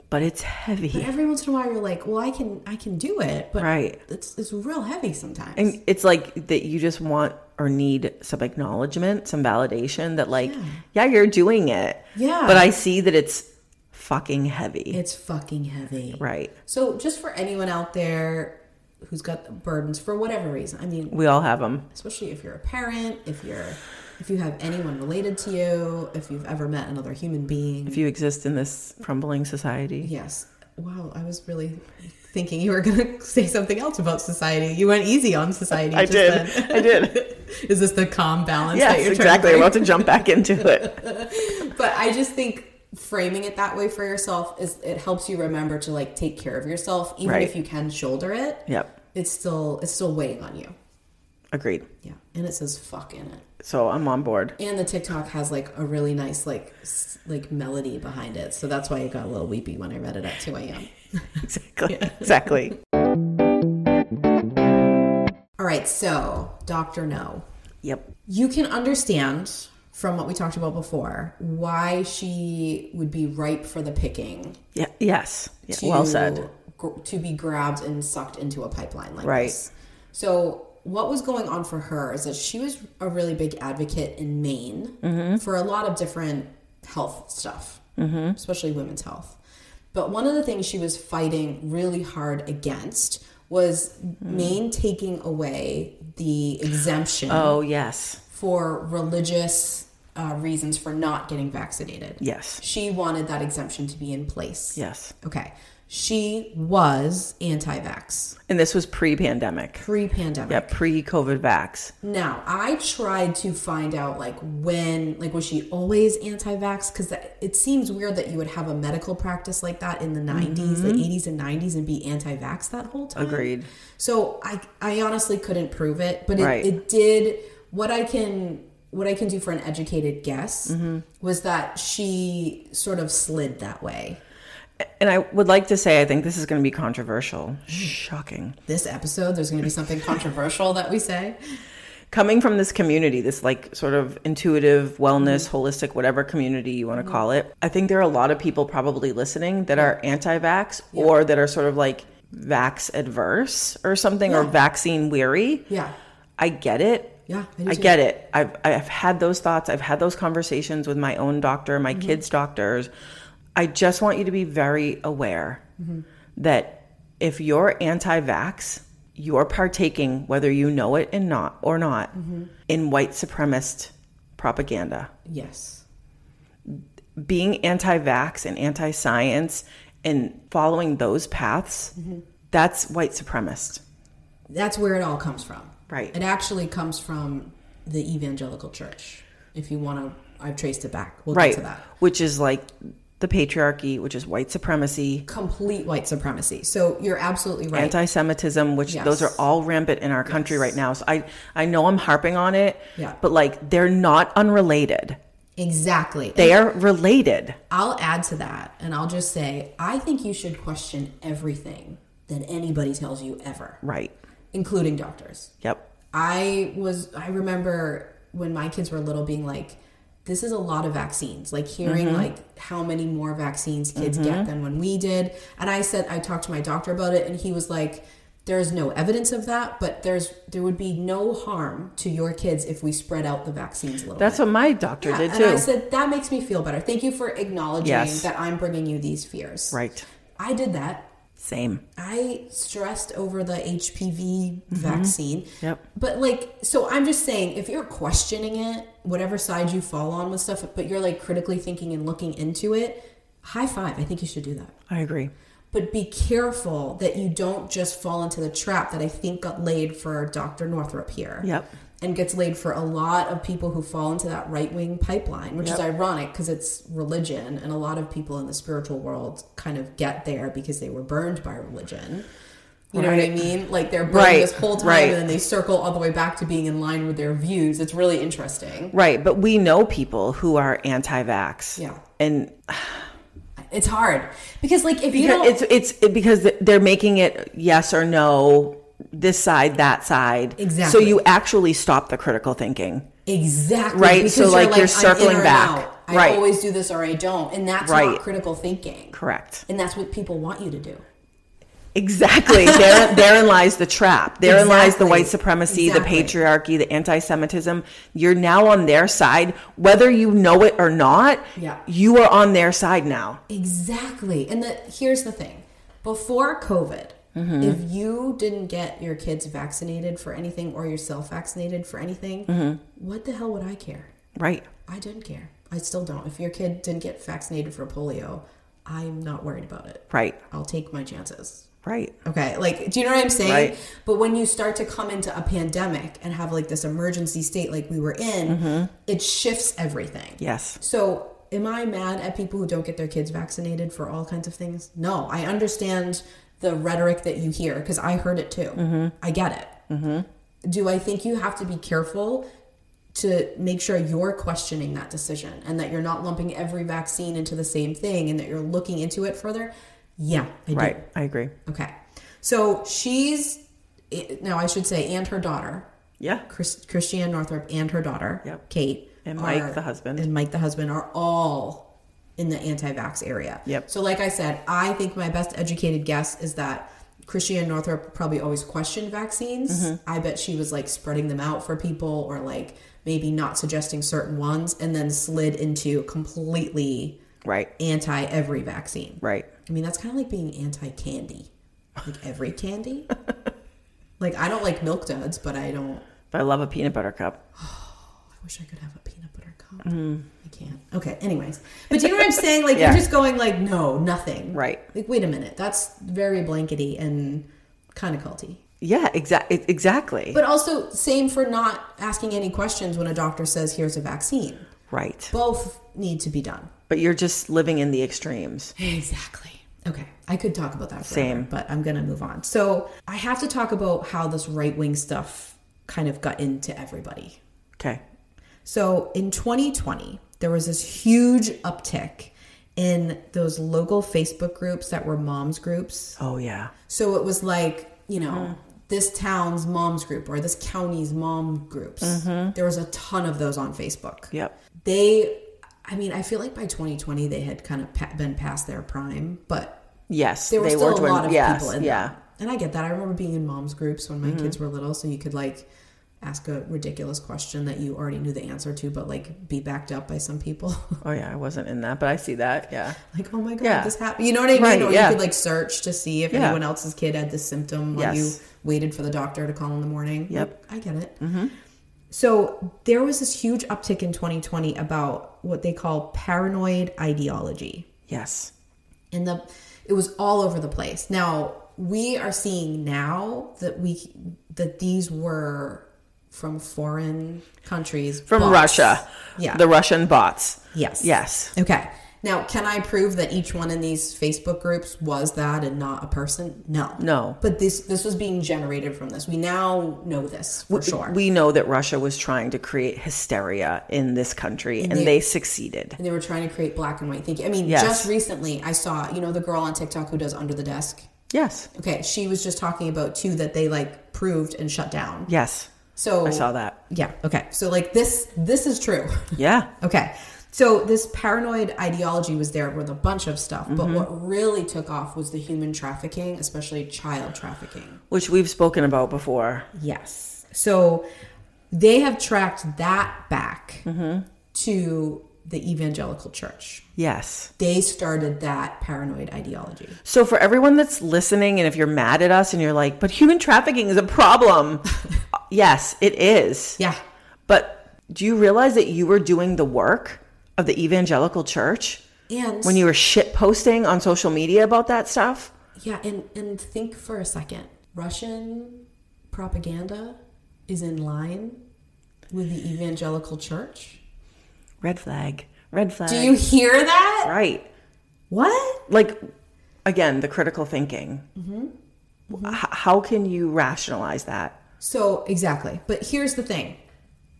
B: But it's
F: But
B: heavy.
F: every once in a while, you're like, well, I can, I can do it, but
B: Right.
F: it's it's real heavy sometimes.
B: And it's like that you just want or need some acknowledgement, some validation that, like, yeah, you're doing it.
F: Yeah.
B: But I see that it's fucking heavy.
F: it's fucking heavy.
B: right.
F: So, just for anyone out there who's got burdens for whatever reason, I mean,
B: We all have them.
F: especially if you're a parent, if you're if you have anyone related to you, if you've ever met another human being.
B: If you exist in this crumbling society.
F: yes. Wow, I was really thinking you were going to say something else about society. You went easy on society.
B: I
F: just
B: did.
F: then.
B: I did.
F: Is this the calm balance that
B: Yes,
F: you're
B: exactly. I'm
F: trying to
B: about to jump back into it.
F: bring? But I just think framing it that way for yourself is it helps you remember to like take care of yourself even
B: Right.
F: if you can shoulder it.
B: Yep.
F: It's still it's still weighing on you.
B: Agreed.
F: Yeah. And it says fuck in it.
B: So I'm on board.
F: And the TikTok has like a really nice like s- like melody behind it, so that's why it got a little weepy when I read it at two a.m.
B: Exactly. Exactly.
F: All right, so Doctor No,
B: Yep.
F: you can understand from what we talked about before why she would be ripe for the picking.
B: Yeah. Yes. Yeah, well said.
F: gr- To be grabbed and sucked into a pipeline like
B: Right.
F: this. So what was going on for her is that she was a really big advocate in Maine
B: Mm-hmm.
F: for a lot of different health stuff, especially women's health. But one of the things she was fighting really hard against was
B: Mm-hmm.
F: Maine taking away the exemption
B: Oh yes.
F: for religious uh, reasons for not getting vaccinated.
B: Yes.
F: She wanted that exemption to be in place.
B: Yes.
F: Okay. She was anti vax
B: And this was pre-pandemic.
F: pre pandemic.
B: Yeah. Pre-COVID vax.
F: Now, I tried to find out like when, like, was she always anti vax? Because it seems weird that you would have a medical practice like that in the 90s, the 80s and 90s, and be anti vax that whole time.
B: Mm-hmm. Agreed.
F: So I, I honestly couldn't prove it, but it,
B: Right.
F: it did what I can what I can do for an educated guess
B: Mm-hmm.
F: was that she sort of slid that way.
B: And I would like to say I think this is going to be controversial. Shocking.
F: This episode, there's going to be something controversial that we say.
B: Coming from this community, this like sort of intuitive wellness, holistic, whatever community you want to call it, I think there are a lot of people probably listening that are anti-vax or that are sort of like vax adverse or something or vaccine weary.
F: Yeah,
B: I get it.
F: yeah, do
B: I
F: too.
B: get it. I've I've had those thoughts. I've had those conversations with my own doctor, my
F: Mm-hmm.
B: kids' doctors. I just want you to be very aware
F: Mm-hmm.
B: that if you're anti-vax, you're partaking, whether you know it and not or not,
F: Mm-hmm.
B: in white supremacist propaganda.
F: Yes,
B: Being anti-vax and anti-science and following those paths,
F: Mm-hmm.
B: that's white supremacist.
F: that's where it all comes from.
B: Right.
F: It actually comes from the evangelical church. If you want to, I've traced it back. We'll
B: Right.
F: get to that.
B: Which is like the patriarchy, which is white supremacy.
F: Complete white supremacy. So you're absolutely right.
B: anti-Semitism, which those are
F: Yes.
B: all rampant in our country right now. So I I know I'm harping on it,
F: Yeah.
B: but like they're not unrelated.
F: exactly.
B: They are related.
F: I'll add to that and I'll just say I think you should question everything that anybody tells you ever,
B: Right.
F: including doctors.
B: Yep.
F: I was I remember when my kids were little being like this is a lot of vaccines like hearing
B: Mm-hmm.
F: like how many more vaccines kids get than when we did and I said I talked to my doctor about it and he was like there's no evidence of that but there's there would be no harm to your kids if we spread out the vaccines a little
B: That's
F: bit.
B: what my doctor
F: Yeah,
B: did
F: and I
B: too.
F: said that makes me feel better. Thank you for acknowledging
B: Yes.
F: that I'm bringing you these fears.
B: right.
F: I did that.
B: Same.
F: I stressed over the HPV vaccine.
B: Mm-hmm. Yep.
F: But like, so I'm just saying, if you're questioning it, whatever side you fall on with stuff, but you're like critically thinking and looking into it, high five. I think you should do that.
B: I agree.
F: But be careful that you don't just fall into the trap that I think got laid for Dr. Northrup here.
B: Yep.
F: And gets laid for a lot of people who fall into that right wing pipeline, which is ironic because it's religion. And a lot of people in the spiritual world kind of get there because they were burned by religion. You know what I
B: Right.
F: mean? Like they're burned
B: Right,
F: this whole time
B: right.
F: and then they circle all the way back to being in line with their views. It's really interesting.
B: Right, but we know people who are anti-vax.
F: Yeah.
B: And
F: It's hard because like if you
B: because
F: don't,
B: it's it's it, because they're making it yes or no this side that side so
F: Exactly.
B: you actually stop the critical thinking
F: Exactly.
B: Right,
F: because
B: so, like, you're
F: "I'm in
B: circling
F: or I'm
B: back.
F: out. I
B: Right.
F: always do this or I don't. And that's
B: Right.
F: not critical thinking.
B: correct
F: And that's what people want you to do.
B: exactly there, therein lies the trap therein lies the
F: Exactly.
B: white supremacy
F: Exactly.
B: the patriarchy the anti-semitism you're now on their side whether you know it or not
F: Yeah.
B: you are on their side now
F: Exactly. And the here's the thing. Before COVID,
B: Mm-hmm.
F: if you didn't get your kids vaccinated for anything or yourself vaccinated for anything,
B: Mm-hmm.
F: what the hell would I care?
B: right
F: I didn't care. I still don't. If your kid didn't get vaccinated for polio, I'm not worried about it.
B: right
F: I'll take my chances.
B: right
F: Okay, like, do you know what I'm saying?
B: Right.
F: But when you start to come into a pandemic and have like this emergency state like we were in, it shifts everything.
B: Mm-hmm. yes
F: So, am I mad at people who don't get their kids vaccinated for all kinds of things? No, I understand the rhetoric that you hear because I heard it too.
B: Mm-hmm.
F: I get it. Do I think you have to be careful to make sure you're questioning that decision and that you're not lumping every vaccine into the same thing and that you're looking into it further? Yeah, I do.
B: right i agree
F: Okay. So she's, no, I should say, and her daughter,
B: yeah
F: Chris, Christiane Northrup and her daughter,
B: Yep.
F: Kate.
B: And Mike, the husband.
F: And Mike, the husband, are all in the anti vax area.
B: Yep.
F: So, like I said, I think my best educated guess is that Christiane Northrup probably always questioned vaccines.
B: Mm-hmm.
F: I bet she was like spreading them out for people or like maybe not suggesting certain ones and then slid into completely
B: right
F: anti every vaccine.
B: right
F: I mean, that's kind of like being anti candy. Like every candy. like, I don't like milk duds, but I don't.
B: but i love a peanut butter cup
F: I wish I could have a peanut butter cup. I can't. Okay, anyways. But do you know what I'm saying? Like,
B: Yeah.
F: you're just going, like, no, nothing.
B: Right.
F: Like, wait a minute. That's very blankety and kind of culty.
B: yeah exactly exactly
F: But also, same for not asking any questions when a doctor says, here's a vaccine.
B: right
F: Both need to be done.
B: but you're just living in the extremes.
F: Exactly. Okay, I could talk about that. Forever,
B: Same.
F: but I'm gonna move on. So I have to talk about how this right wing stuff kind of got into everybody.
B: Okay.
F: So in 2020, there was this huge uptick in those local Facebook groups that were moms groups.
B: Oh yeah.
F: So it was like, you know, this town's moms group or this county's mom groups. There was a ton of those on Facebook.
B: Yep.
F: They, I mean, I feel like by 2020 they had kind of pa- been past their prime, but
B: Yes.
F: there were
B: they
F: still
B: were
F: a lot
B: doing-
F: of
B: yes,
F: people in
B: yeah. Mm-hmm.
F: there. And I get that. I remember being in mom's groups when my kids were little, so you could like ask a ridiculous question that you already knew the answer to, but like be backed up by some people.
B: Oh yeah. I wasn't in that, but I see that. Yeah.
F: like, oh my god,
B: Yeah.
F: this happened. You know what I mean?
B: Right,
F: or
B: yeah.
F: you could like search to see if
B: Yeah.
F: anyone else's kid had this symptom while
B: Yes.
F: you waited for the doctor to call in the morning.
B: Yep. Mm-hmm.
F: Like, I get it. So there was this huge uptick in 2020 about what they call paranoid ideology
B: Yes.
F: and the it was all over the place now we are seeing now that we that these were from foreign countries
B: From
F: bots.
B: Russia.
F: yeah
B: The Russian bots.
F: yes
B: Yes.
F: okay now can i prove that each one in these facebook groups was that and not a person no
B: No.
F: but this this was being generated from this we now know this for sure
B: We know that Russia was trying to create hysteria in this country, and, they, succeeded.
F: and they were trying to create black and white thinking i mean
B: Yes.
F: just recently i saw you know the girl on tiktok who does under the desk
B: Yes.
F: Okay, she was just talking about too that they like proved and shut down.
B: Yes.
F: So
B: I saw that.
F: Yeah. Okay. So like this this is true.
B: Yeah.
F: okay. So this paranoid ideology was there with a bunch of stuff, but
B: Mm-hmm.
F: what really took off was the human trafficking, especially child trafficking.
B: Which we've spoken about before.
F: Yes. So they have tracked that back
B: Mm-hmm.
F: to the evangelical church.
B: Yes.
F: They started that paranoid ideology.
B: So for everyone that's listening, and if you're mad at us and you're like, "But human trafficking is a problem," yes, it is.
F: Yeah.
B: But do you realize that you were doing the work of the evangelical church
F: And
B: when you were shit posting on social media about that stuff?
F: Yeah, and and think for a second. Russian propaganda is in line with the evangelical church.
B: Red flag. Red flag.
F: Do you hear that?
B: right.
F: What?
B: Like again, the critical thinking.
F: Mm-hmm.
B: H- how can you rationalize that?
F: So, exactly. But here's the thing.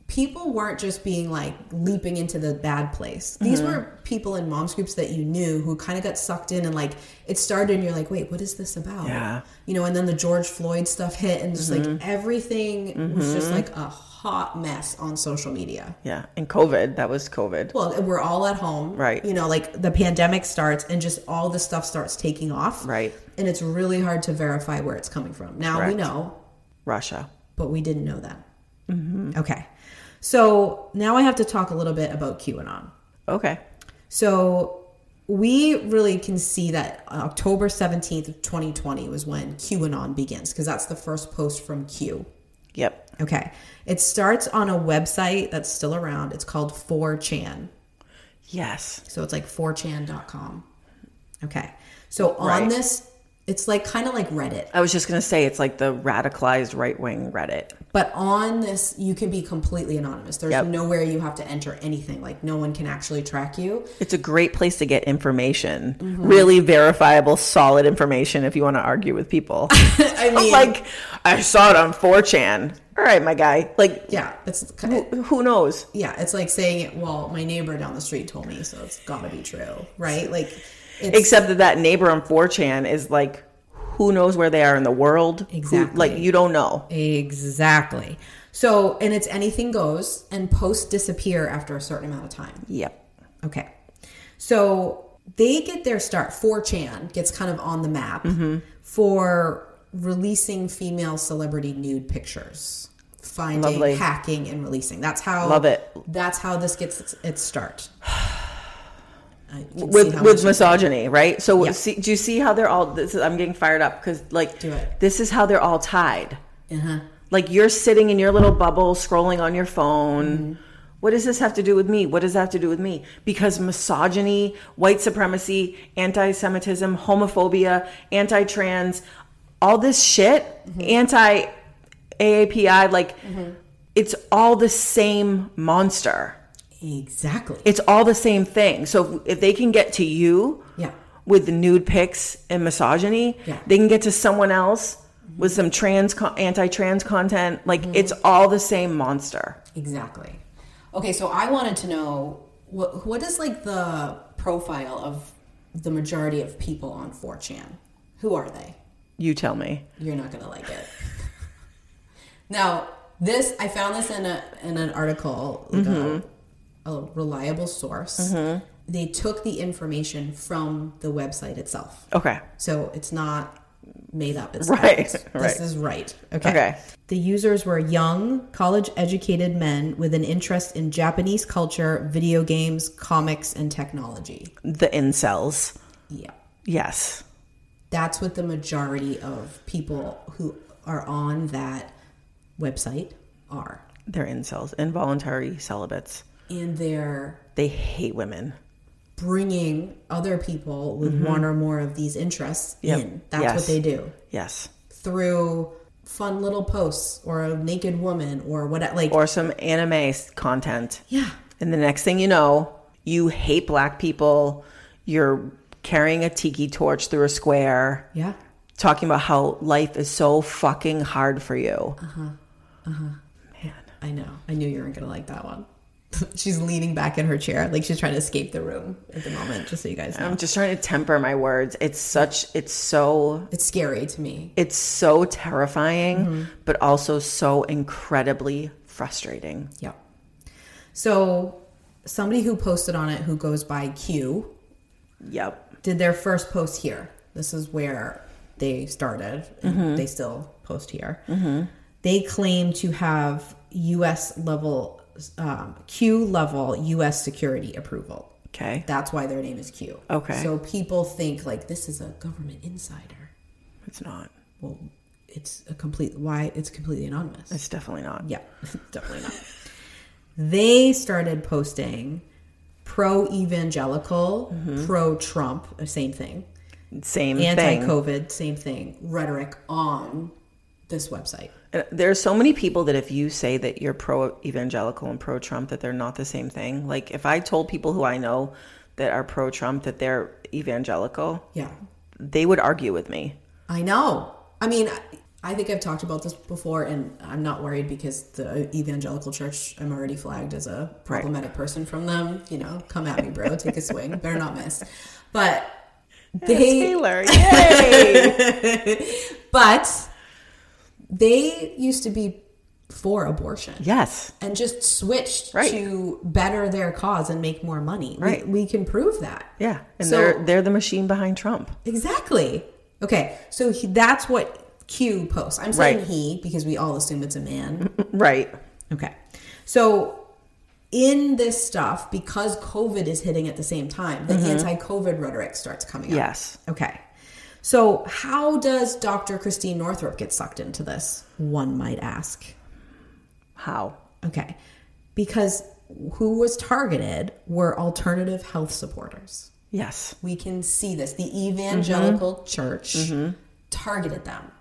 F: people weren't just being like leaping into the bad place. These were people in mom's groups that you knew who kind of got sucked in and like it started and you're like, wait, what is this about?
B: Yeah.
F: You know, and then the George Floyd stuff hit and just like everything was just like a hot mess on social media.
B: Yeah. And COVID, that was COVID.
F: Well, we're all at home.
B: Right.
F: You know, like the pandemic starts and just all the stuff starts taking off.
B: Right.
F: And it's really hard to verify where it's coming from. Now we
B: Correct.
F: know,
B: Russia. Mm-hmm.
F: but we didn't know that. Okay. So now I have to talk a little bit about QAnon.
B: Okay.
F: So we really can see that October 17th of 2020 was when QAnon begins because that's the first post from Q.
B: Yep.
F: Okay. It starts on a website that's still around. It's called 4chan.
B: Yes.
F: So it's like 4chan.com. Okay. So on
B: Right.
F: this, it's like kind of like Reddit,
B: I was just going to say it's like the radicalized right wing Reddit.
F: but on this, you can be completely anonymous. There's
B: Yep.
F: nowhere you have to enter anything. Like no one can actually track you.
B: It's a great place to get information,
F: Mm-hmm.
B: really verifiable, solid information if you want to argue with people.
F: I mean,
B: like, I saw it on 4chan. All right, my guy. Like,
F: yeah, it's kind of,
B: who knows?
F: yeah, it's like saying it. Well, my neighbor down the street told me, so it's gotta be true, right? Like, it's,
B: Except that that neighbor on 4chan is like, who knows where they are in the world? Who-
F: Exactly.
B: like, you don't know.
F: exactly. So, and it's anything goes, and posts disappear after a certain amount of time.
B: Yep.
F: Okay. So they get their start. 4chan gets kind of on the map
B: Mm-hmm.
F: for releasing female celebrity nude pictures, finding,
B: Lovely.
F: hacking, and releasing. That's how.
B: Love it.
F: That's how this gets its, its start. I can see
B: with
F: how
B: with
F: much-
B: misogyny, right? So see, do you see how they're all? This is, I'm getting fired up because like
F: it.
B: this is how they're all tied.
F: Uh-huh.
B: Like you're sitting in your little bubble, scrolling on your phone. What does this have to do with me? What does that have to do with me? Because misogyny, white supremacy, anti-Semitism, homophobia, anti-trans, all this shit, anti AAPI, like it's all the same monster.
F: exactly.
B: It's all the same thing. So if, if they can get to you,
F: yeah.
B: with the nude pics and misogyny.
F: Yeah.
B: They can get to someone else with some trans con- anti-trans content. Like
F: Mm-hmm.
B: it's all the same monster.
F: Exactly. Okay, so I wanted to know what what is like the profile of the majority of people on 4chan? Who are they?
B: You tell me.
F: You're not gonna like it. now, this I found this in a in an article, like a, a reliable source. They took the information from the website itself,
B: Okay.
F: so it's not made up. It's
B: Right,
F: This
B: right.
F: is right.
B: Okay.
F: The users were young, college educated men with an interest in Japanese culture, video games, comics, and technology.
B: The incels.
F: Yeah.
B: Yes.
F: That's what the majority of people who are on that website are.
B: They're incels. Involuntary celibates.
F: And they're
B: They hate women.
F: bringing other people with one or more of these interests
B: Mm-hmm. Yep.
F: in. That's
B: Yes.
F: what they do
B: Yes.
F: through fun little posts or a naked woman or what like
B: Or some anime s- content.
F: yeah
B: And the next thing you know, you hate black people. You're carrying a tiki torch through a square.
F: yeah
B: talking about how life is so fucking hard for you.
F: Uh-huh. I know. I knew you weren't gonna like that one. she's leaning back in her chair, like she's trying to escape the room at the moment. Just so you guys know,
B: I'm just trying to temper my words. It's such it's so
F: it's scary to me.
B: it's so terrifying,
F: Mm-hmm.
B: but also so incredibly frustrating.
F: Yep. So, somebody who posted on it, who goes by Q,
B: Yep.
F: did their first post here. This is where they started. And They still post here. They claim to have U.S. level, um, Q level U.S. security approval.
B: Okay.
F: That's why their name is Q.
B: Okay.
F: So people think like this is a government insider.
B: It's not.
F: Well, it's a complete why it's completely anonymous.
B: It's definitely not.
F: Yeah, definitely not. they started posting pro evangelical, pro Trump, uh, same thing,
B: Same
F: anti
B: thing.
F: COVID, same thing, rhetoric on this website.
B: And There are so many people that if you say that you're pro evangelical and pro Trump, that they're not the same thing. Like if I told people who I know that are pro Trump that they're evangelical,
F: Yeah.
B: they would argue with me.
F: I know. I mean, I think I've talked about this before, and I'm not worried because the evangelical church, I'm already flagged as a problematic person from them. You know, come at me, bro. Take a swing. Better not miss. But they,
B: Taylor, yay!
F: but they used to be for abortion
B: yes.
F: and just switched
B: Right.
F: to better their cause and make more money. We-
B: Right.
F: We, can prove that.
B: Yeah. And
F: So-
B: they're they're the machine behind Trump.
F: Exactly. Okay. So he, that's what Q posts. I'm saying
B: Right.
F: he because we all assume it's a man.
B: Right.
F: Okay. So in this stuff, because COVID is hitting at the same time, the anti COVID rhetoric starts coming up.
B: Yes.
F: Okay. So how does Dr. Christine Northrup get sucked into this? One might ask.
B: How?
F: Okay. Because who was targeted were alternative health supporters.
B: Yes.
F: We can see this. The
B: Mm-hmm.
F: evangelical church targeted them.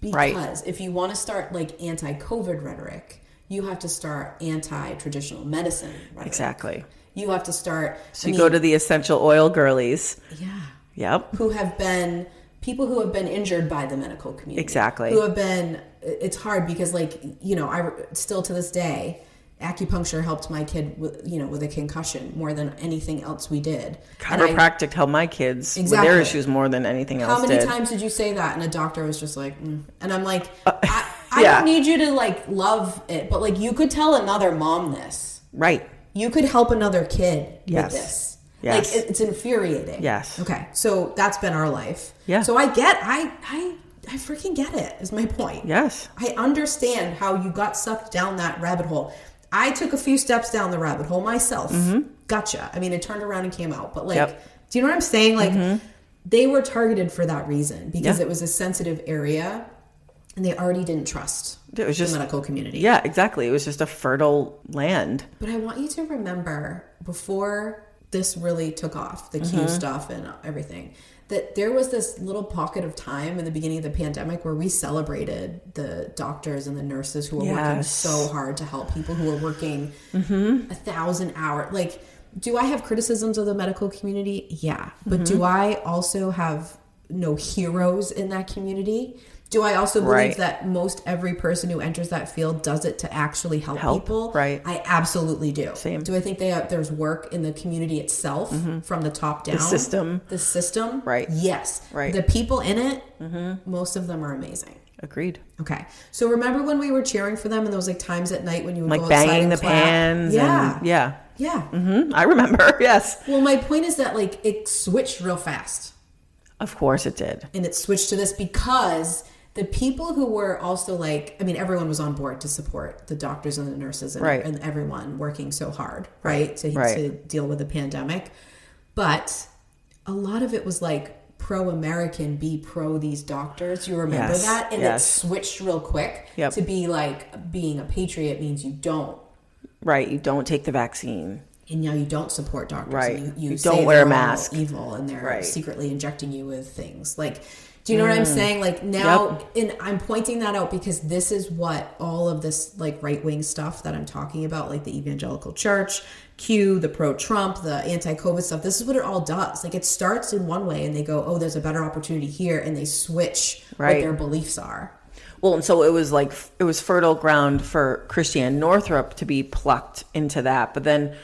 F: Because
B: Right.
F: if you want to start like anti COVID rhetoric, you have to start anti traditional medicine rhetoric.
B: Exactly.
F: You have to start.
B: So you go to the essential oil girlies.
F: Yeah.
B: Yep.
F: Who have been people who have been injured by the medical community.
B: Exactly.
F: Who have been. It's hard because, like, you know, I still to this day, acupuncture helped my kid, with, you know, with a concussion more than anything else we did. And I-
B: Chiropractic helped my kids with
F: Exactly.
B: their issues more than anything
F: How
B: else
F: many
B: did.
F: times did you say that? And a doctor was just like, mm. and I'm like, I, I
B: Uh, yeah.
F: don't need you to like love it, but like you could tell another mom this.
B: Right.
F: You could help another kid
B: Yes.
F: with this.
B: Yes.
F: Like it, it's infuriating.
B: Yes.
F: Okay. So that's been our life.
B: Yeah.
F: So I get, I, I, I freaking get it. Is my point.
B: Yes.
F: I understand how you got sucked down that rabbit hole. I took a few steps down the rabbit hole myself. Gotcha. I mean, it turned around and came out, but like,
B: Mm-hmm. Yep. Mm-hmm.
F: do you know what I'm saying? Like, they were targeted for that reason because it was a sensitive area, and they already didn't trust
B: It was just
F: the medical community.
B: yeah, exactly. It was just a fertile land.
F: But I want you to remember before this really took off, the Q
B: Mm-hmm.
F: stuff and everything, that there was this little pocket of time in the beginning of the pandemic where we celebrated the doctors and the nurses who were working
B: Yes. Mm-hmm.
F: so hard to help people who were working a thousand hour like do i have criticisms of the medical community yeah but
B: Mm-hmm.
F: do i also have no heroes in that community do i also believe
B: Right.
F: that most every person who enters that field does it to actually help,
B: Help,
F: people
B: right.
F: i absolutely do
B: Same. Mm-hmm.
F: do i think they there's work in the community itself from the top down
B: system.
F: the system
B: Right.
F: yes
B: Right. Mm-hmm.
F: the people in it most of them are amazing
B: Agreed.
F: Okay. So remember when we were cheering for them and there was like times at night when you would
B: Like
F: go outside
B: banging
F: and
B: the
F: clap?
B: pans
F: Yeah.
B: and yeah.
F: Yeah.
B: hmm I remember. Yes.
F: Well, my point is that like it switched real fast
B: Of course it did.
F: and it switched to this because the people who were also like, I mean, everyone was on board to support the doctors and the nurses and,
B: Right.
F: and everyone working so hard, right? To,
B: Right.
F: to deal with the pandemic. But a lot of it was like pro American, be pro these doctors. You remember
B: Yes,
F: that? And
B: yes.
F: it switched real quick
B: Yep.
F: to be like being a patriot means you don't
B: Right. You don't take the vaccine.
F: and now you don't support doctors.
B: Right.
F: And you, you,
B: You
F: say
B: don't wear a
F: they're all
B: mask.
F: Evil, and they're
B: Right. Mm.
F: secretly injecting you with things. Like, do you know what I'm saying? Like now, and I'm pointing that out because this is what all of this like right wing stuff that I'm talking about, like the evangelical church, Q, the pro Trump, the anti COVID stuff. This is what it all does. Like it starts in one way, and they go, oh, there's a better opportunity here, and they switch what
B: Right.
F: their beliefs are.
B: Well, and so it was like it was fertile ground for Christiane Northrup to be plucked into that, but then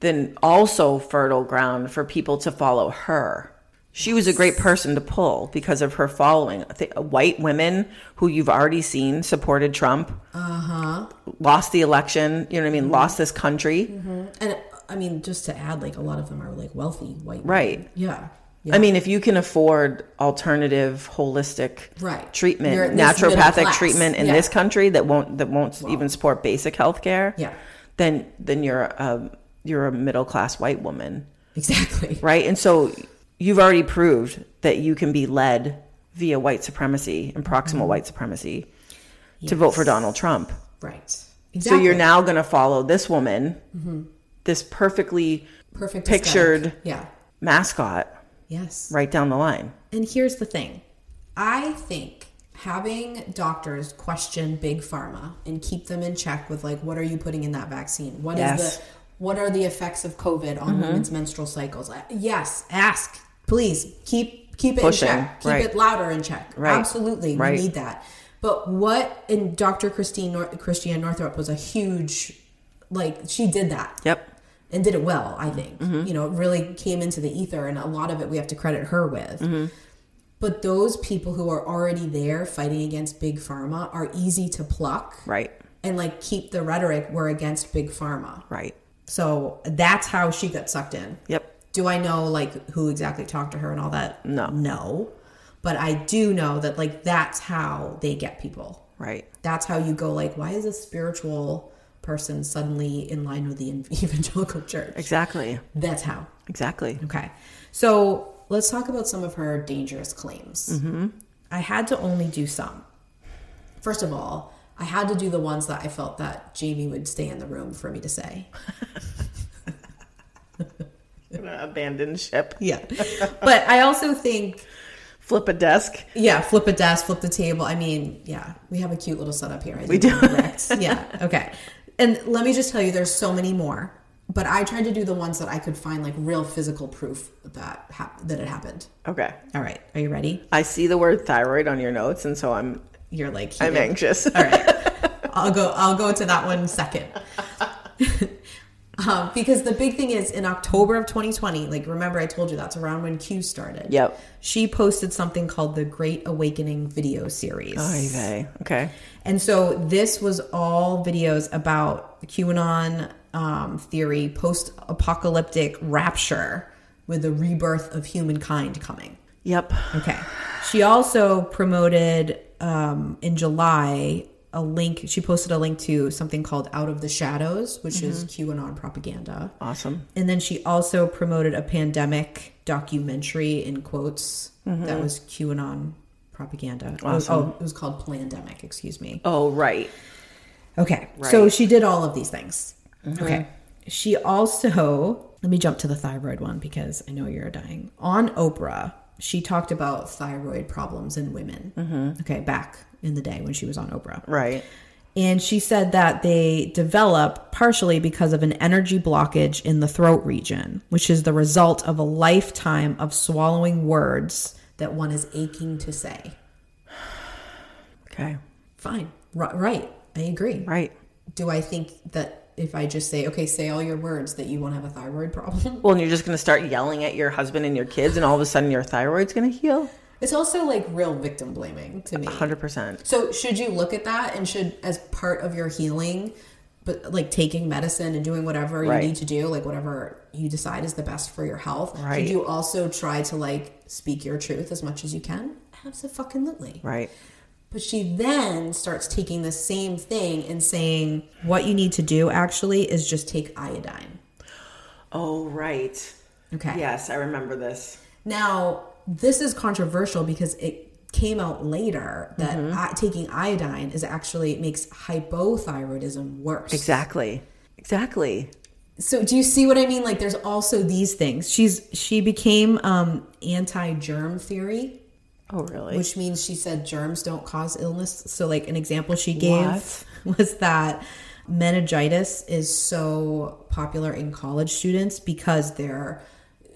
B: then also fertile ground for people to follow her. She was a great person to pull because of her following. I think uh, White women who you've already seen supported Trump, Uh-huh. lost the election. You know what I mean? Lost this country.
F: And I mean, just to add, like a lot of them are like wealthy white,
B: Right.
F: Yeah.
B: I mean, if you can afford alternative, holistic
F: Right.
B: treatment,
F: You're at least middle
B: naturopathic
F: class.
B: treatment in
F: Yeah.
B: this country that won't that won't even support basic health care,
F: Yeah.
B: then then you're a um, you're a middle class white woman,
F: Exactly.
B: right? And so you've already proved that you can be led via white supremacy and
F: Mm-hmm.
B: proximal white supremacy to vote for Donald Trump.
F: Right. Exactly. Mm-hmm.
B: So you're now going to follow this woman, this perfectly
F: perfect
B: pictured-
F: aesthetic. Yeah.
B: mascot,
F: Yes.
B: right down the line.
F: And here's the thing. I think having doctors question big pharma and keep them in check with like what are you putting in that vaccine? What is
B: Yes. Mm-hmm.
F: the what are the effects of COVID on women's menstrual cycles? I- Yes, ask. Please keep keep it
B: Pushing,
F: in check. Keep
B: right.
F: it louder in check.
B: Right.
F: Absolutely.
B: Right.
F: We need that. But what and Dr. Christine Nor- Christiane Northrup was a huge, like she did that
B: Yep.
F: and did it well. I think
B: Mm-hmm.
F: you know it really came into the ether, and a lot of it we have to credit her with.
B: Mm-hmm.
F: But those people who are already there fighting against big pharma are easy to pluck
B: Right.
F: and like keep the rhetoric we're against big pharma.
B: Right.
F: So that's how she got sucked in.
B: Yep.
F: Do I know like who exactly talked to her and all that?
B: No.
F: No. But I do know that like that's how they get people.
B: Right.
F: That's how you go like why is a spiritual person suddenly in line with the evangelical church?
B: Exactly.
F: That's how.
B: Exactly.
F: Okay. So let's talk about some of her dangerous claims. I had to only do some. First of all, I had to do the ones that I felt that Jamie would stay in the room for me to say.
B: Abandon ship.
F: Yeah. but I also think,
B: Flip a desk.
F: yeah, flip a desk, flip the table. I mean, yeah, we have a cute little setup here. we
B: do.
F: yeah. Okay. And let me just tell you, there's so many more. But I tried to do the ones that I could find like real physical proof that hap- that it happened.
B: Okay.
F: All right, are you ready?
B: I see the word thyroid on your notes, and so I'm
F: You're like
B: I'm
F: heated.
B: anxious.
F: All right. I'll go. I'll go to that one second. um, because the big thing is in October of 2020. Like, remember I told you that's around when Q started.
B: Yep.
F: She posted something called the Great Awakening video series.
B: Oh, Okay. Okay.
F: And so this was all videos about QAnon um, theory, post apocalyptic rapture with the rebirth of humankind coming.
B: Yep.
F: Okay. She also promoted um, in July a link. She posted a link to something called Out of the Shadows, which is QAnon propaganda.
B: Awesome.
F: And then she also promoted a pandemic documentary in quotes that was QAnon propaganda. It was- oh, it was called Plandemic, excuse me.
B: Oh right.
F: Okay. So she did all of these things. Okay. She also, let me jump to the thyroid one because I know you're dying. On Oprah, she talked about thyroid problems in women. Okay. Back in the day when she was on Oprah.
B: Right.
F: And she said that they develop partially because of an energy blockage in the throat region, which is the result of a lifetime of swallowing words that one is aching to say.
B: Okay.
F: Fine. Ri- right. I agree
B: Right.
F: do I think that if I just say, okay, say all your words, that you won't have a thyroid problem?
B: Well, and you're just gonna start yelling at your husband and your kids, and all of a sudden your thyroid's gonna heal.
F: It's also like real victim blaming to me.
B: Hundred percent.
F: So, should you look at that and should, as part of your healing, but like taking medicine and doing whatever
B: Right.
F: you need to do, like whatever you decide is the best for your health,
B: Right.
F: should you also try to like speak your truth as much as you can? Absolutely.
B: Right.
F: But she then starts taking the same thing and saying, what you need to do actually is just take iodine.
B: Oh right.
F: Okay.
B: Yes, I remember this.
F: Now, this is controversial because it came out later that i- taking iodine is actually it makes hypothyroidism worse.
B: Exactly. Exactly.
F: So, do you see what I mean? Like, there's also these things. She's she became um, anti-germ theory,
B: Oh really?
F: which means she said germs don't cause illness. So, like an example she gave was that meningitis is so popular in college students because they're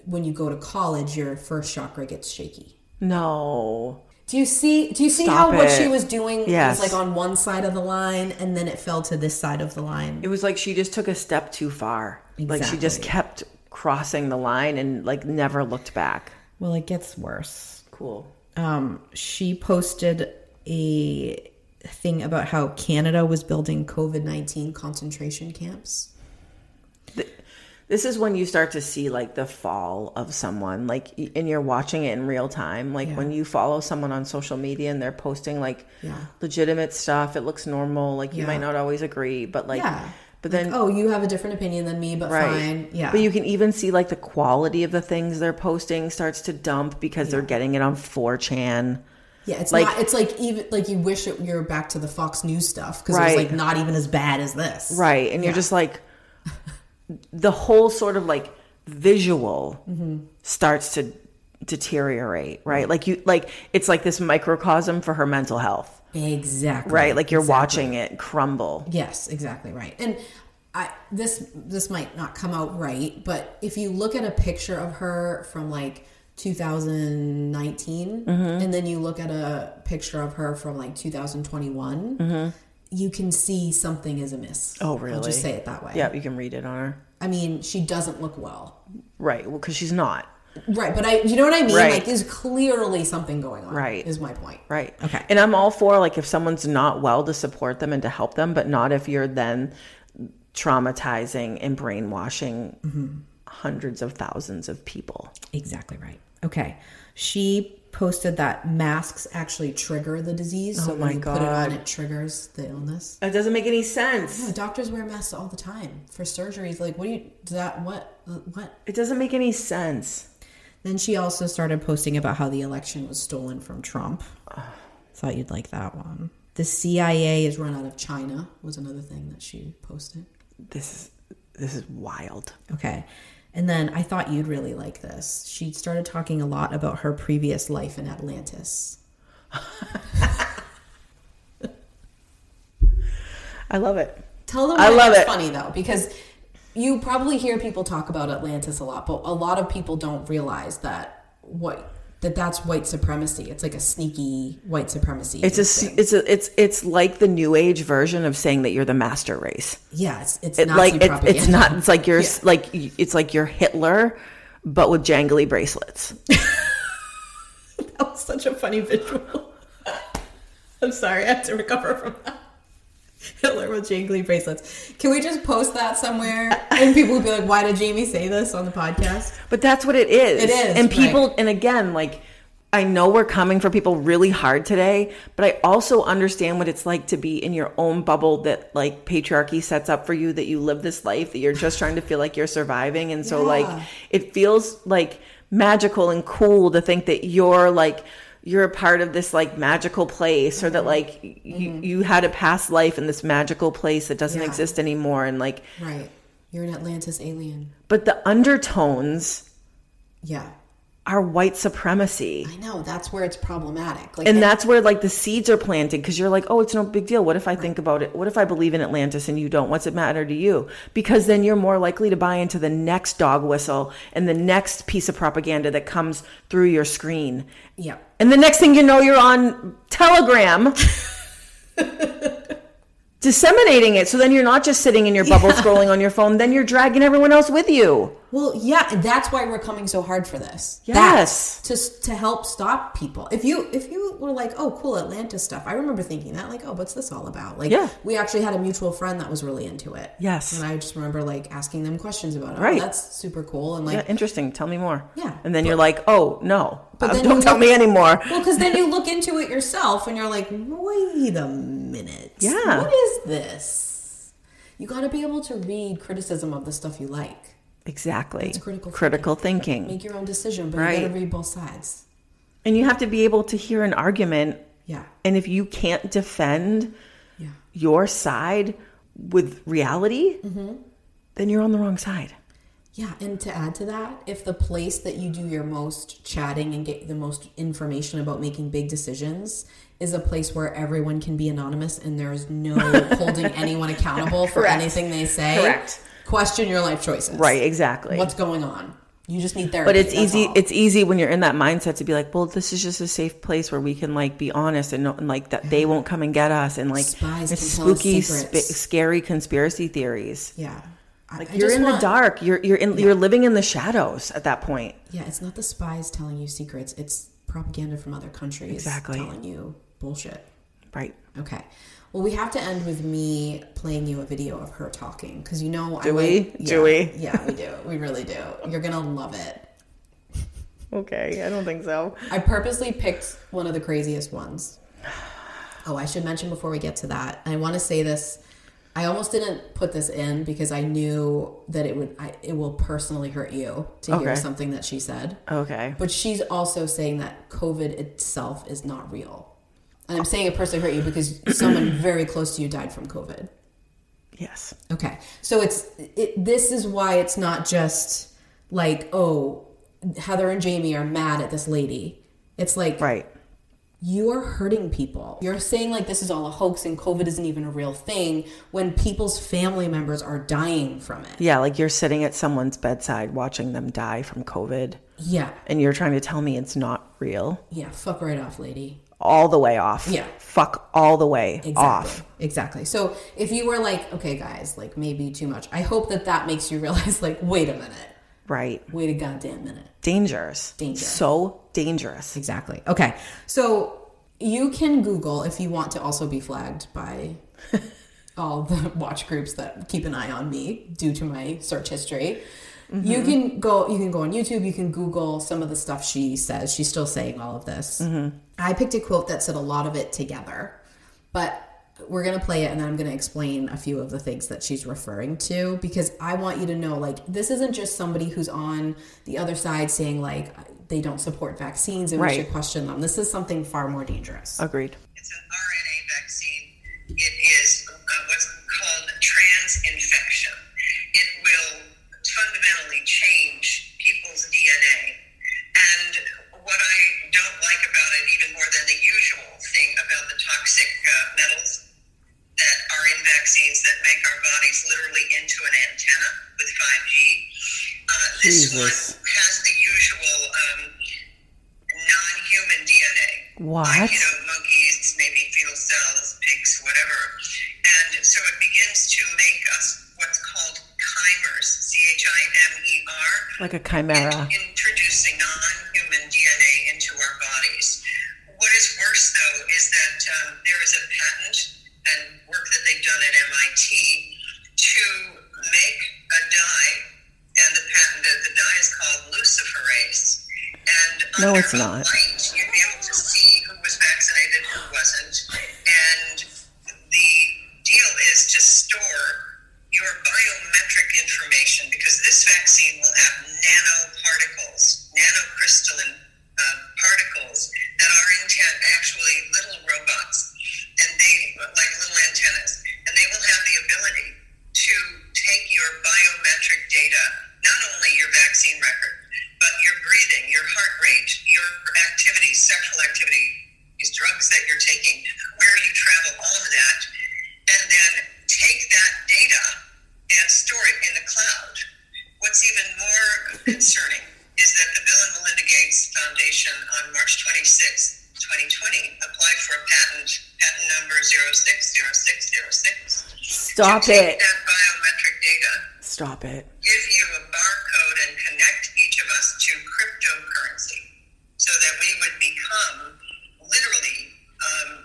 F: when you go to college, your first chakra gets shaky.
B: no.
F: Do you see? Do you see
B: Stop
F: how what
B: it.
F: she was doing
B: Yes.
F: was like on one side of the line, and then it fell to this side of the line?
B: It was like she just took a step too far. Like she just
F: Exactly.
B: kept crossing the line and like never looked back.
F: Well, it gets worse.
B: Cool.
F: Um, she posted a thing about how Canada was building COVID nineteen concentration camps.
B: This is when you start to see like the fall of someone, like, y- and you're watching it in real time. Like when you follow someone on social media and they're posting like legitimate stuff, it looks normal. Like you might not always agree, but like,
F: Yeah.
B: but then
F: Oh, you have a different opinion than me, but fine. Yeah,
B: But you can even see like the quality of the things they're posting starts to dump because they're getting it on 4chan.
F: yeah. It's
B: like-
F: not. It's like even like you wish it, you're back to the Fox News stuff because
B: Right.
F: it was like not even as bad as this.
B: Right. And you're just like, the whole sort of like visual starts to deteriorate, right? Like you, like, it's like this microcosm for her mental health,
F: Exactly.
B: right? Like you're watching it crumble.
F: Yes, exactly right. And I this this might not come out right, but if you look at a picture of her from like 2019
B: Mm-hmm.
F: and then you look at a picture of her from like 2021 you can see something is amiss
B: Oh,
F: i'll
B: really?
F: just say it that way
B: Yeah, you can read it on her.
F: i mean she doesn't look well
B: Right. Well, because she's not.
F: right but i you know what i mean
B: Right.
F: like there's clearly something going on
B: Right.
F: is my point
B: Right.
F: Okay.
B: And I'm all for like if someone's not well to support them and to help them, but not if you're then traumatizing and brainwashing hundreds of thousands of people.
F: Exactly right. Okay. She posted that masks actually trigger the disease. so
B: Oh my
F: when you put it on,
B: God.
F: it triggers the illness.
B: It doesn't make any sense.
F: Yeah, doctors wear masks all the time for surgeries. Like, what do you, does that, what, what?
B: It doesn't make any sense.
F: Then she also started posting about how the election was stolen from Trump. Thought you'd like that one. The CIA is run out of China, was another thing that she posted.
B: This is this is wild.
F: Okay. And then I thought you'd really like this. She started talking a lot about her previous life in Atlantis.
B: I love it.
F: Tell them
B: I
F: why
B: love
F: it's
B: it.
F: funny though, because you probably hear people talk about Atlantis a lot, but a lot of people don't realize that what that that's white supremacy. It's like a sneaky white supremacy.
B: It's a s-
F: thing.
B: it's a it's it's like the new age version of saying that you're the master race.
F: yeah, it's it's
B: It,
F: Nazi
B: like it,
F: propaganda.
B: it's not it's like you're s like y- it's like you're Hitler but with jangly bracelets.
F: that was such a funny visual. I'm sorry, I had to recover from that. Hitler with jingly bracelets. Can we just post that somewhere? And people would be like, "Why did Jamie say this on the podcast?"
B: But that's what it is.
F: It is,
B: And people,
F: right.
B: and again, like, I know we're coming for people really hard today, but I also understand what it's like to be in your own bubble that like patriarchy sets up for you, that you live this life, that you're just trying to feel like you're surviving. And so, like, it feels like magical and cool to think that you're like, you're a part of this like magical place or
F: Mm-hmm.
B: that like y you had a past life in this magical place that doesn't exist anymore and like
F: Right? You're an Atlantis alien.
B: but the undertones
F: Yeah.
B: are white supremacy
F: I know that's where it's problematic. Like
B: and that's where like the seeds are planted because you're like oh it's no big deal what if i think about it what if i believe in atlantis and you don't what's it matter to you because then you're more likely to buy into the next dog whistle and the next piece of propaganda that comes through your screen
F: yeah.
B: and the next thing you know you're on telegram disseminating it so then you're not just sitting in your bubble scrolling on your phone then you're dragging everyone else with you
F: Well, yeah, and that's why we're coming so hard for this.
B: Yes.
F: That's to to help stop people. If you if you were like, "Oh, cool Atlanta stuff." I remember thinking that like, "Oh, what's this all about?" Like
B: Yeah.
F: we actually had a mutual friend that was really into it.
B: Yes.
F: And I just remember like asking them questions about it.
B: Right.
F: Oh, that's super cool and like
B: yeah, interesting tell me more
F: Yeah,
B: and then you're like oh no
F: But
B: Uh,
F: then
B: don't
F: you
B: tell
F: look-
B: me anymore
F: Well, because then you look into it yourself and you're like, wait a minute.
B: Yeah.
F: What is this? You got to be able to read criticism of the stuff you like.
B: Exactly. It's
F: critical thinking.
B: thinking.
F: Make your own decision, but you got
B: Right.
F: to read both sides.
B: And you have to be able to hear an argument.
F: Yeah.
B: And if you can't defend
F: Yeah.
B: your side with reality,
F: Mm-hmm.
B: then you're on the wrong side.
F: Yeah, and to add to that, if the place that you do your most chatting and get the most information about making big decisions is a place where everyone can be anonymous and there's no holding anyone accountable for anything they say,
B: Correct.
F: question your life choices.
B: Right, exactly.
F: What's going on? You just need therapy.
B: but it's
F: that's
B: easy
F: all.
B: it's easy when you're in that mindset to be like, well, this is just a safe place where we can like be honest and, no, and like that they won't come and get us and like
F: Spies
B: it's
F: can tell us
B: spooky sp-
F: secrets.
B: scary conspiracy theories.
F: yeah. I- I
B: You're
F: just
B: in the
F: want-
B: dark. You're you're in you're living in the shadows at that point.
F: Yeah, it's not the spies telling you secrets. It's propaganda from other countries
B: Exactly.
F: telling you bullshit.
B: Right.
F: Okay. Well, we have to end with me playing you a video of her talking because you know. I
B: Do we?
F: like-
B: Do we?
F: Yeah, we do. We really do. You're gonna love it.
B: Okay. I don't think so.
F: I purposely picked one of the craziest ones. Oh, I should mention before we get to that. I want to say this. I almost didn't put this in because I knew that it would. I, it will personally hurt you to hear
B: Okay.
F: something that she said.
B: Okay.
F: But she's also saying that COVID itself is not real. And I'm saying it personally hurt you because someone very close to you died from COVID.
B: Yes.
F: Okay. So it's it, this is why it's not just like, oh, Heather and Jamie are mad at this lady. It's like
B: Right.
F: you're hurting people. You're saying like this is all a hoax and COVID isn't even a real thing when people's family members are dying from it.
B: Yeah, like you're sitting at someone's bedside watching them die from COVID,
F: Yeah.
B: and you're trying to tell me it's not real.
F: Yeah. Fuck right off, lady.
B: All the way off.
F: Yeah.
B: Fuck all the way
F: Exactly.
B: off.
F: Exactly. So if you were like, okay, guys, like maybe too much, I hope that that makes you realize, like, wait a minute,
B: Right.
F: wait a goddamn minute.
B: Dangerous.
F: Dangerous.
B: So dangerous.
F: Exactly. Okay. So you can Google if you want to also be flagged by all the watch groups that keep an eye on me due to my search history. You can go. You can go on YouTube. You can Google some of the stuff she says. She's still saying all of this. I picked a quote that said a lot of it together, but we're gonna play it and then I'm gonna explain a few of the things that she's referring to because I want you to know like this isn't just somebody who's on the other side saying like they don't support vaccines and we
B: Right.
F: should question them. This is something far more dangerous.
B: Agreed.
D: It's an RNA vaccine. It is uh, what's called trans infection. It will fundamentally change people's DNA. And what I don't like about it, even more than the usual thing about the toxic uh, metals that are in vaccines that make our bodies literally into an antenna with 5G, uh, this one
B: Jesus.
D: has the usual um, non human DNA
B: What?
D: like, you know, monkeys, maybe fetal cells, pigs, whatever. And so it begins to make us what's called chimers, C H I M E R,
B: Like a chimera.
D: introducing non human DNA into our bodies. What is worse, though, is that um, there is a patent and work that they've done at MIT to make a dye, and the patent, the, the dye is called luciferase. And
B: No,
D: under
B: it's
D: a
B: not.
D: light, you'd be able to see who was vaccinated, who wasn't. And the deal is to store your biometric information because this vaccine will have nanoparticles, nanocrystalline uh, particles that are intent actually little robots, and they like little antennas, and they will have the ability to take your biometric data, not only your vaccine record, but your breathing, your heart rate, your activity, sexual activity, these drugs that you're taking, where you travel, all of that, and then take that data and store it in the cloud. What's even more concerning is that the Bill and Melinda Gates Foundation on March 26, 2020, applied for a patent, patent number 060606.
B: Stop
D: to
B: it.
D: take That biometric data
B: Stop it.
D: give you a barcode and connect each of us to cryptocurrency so that we would become literally um,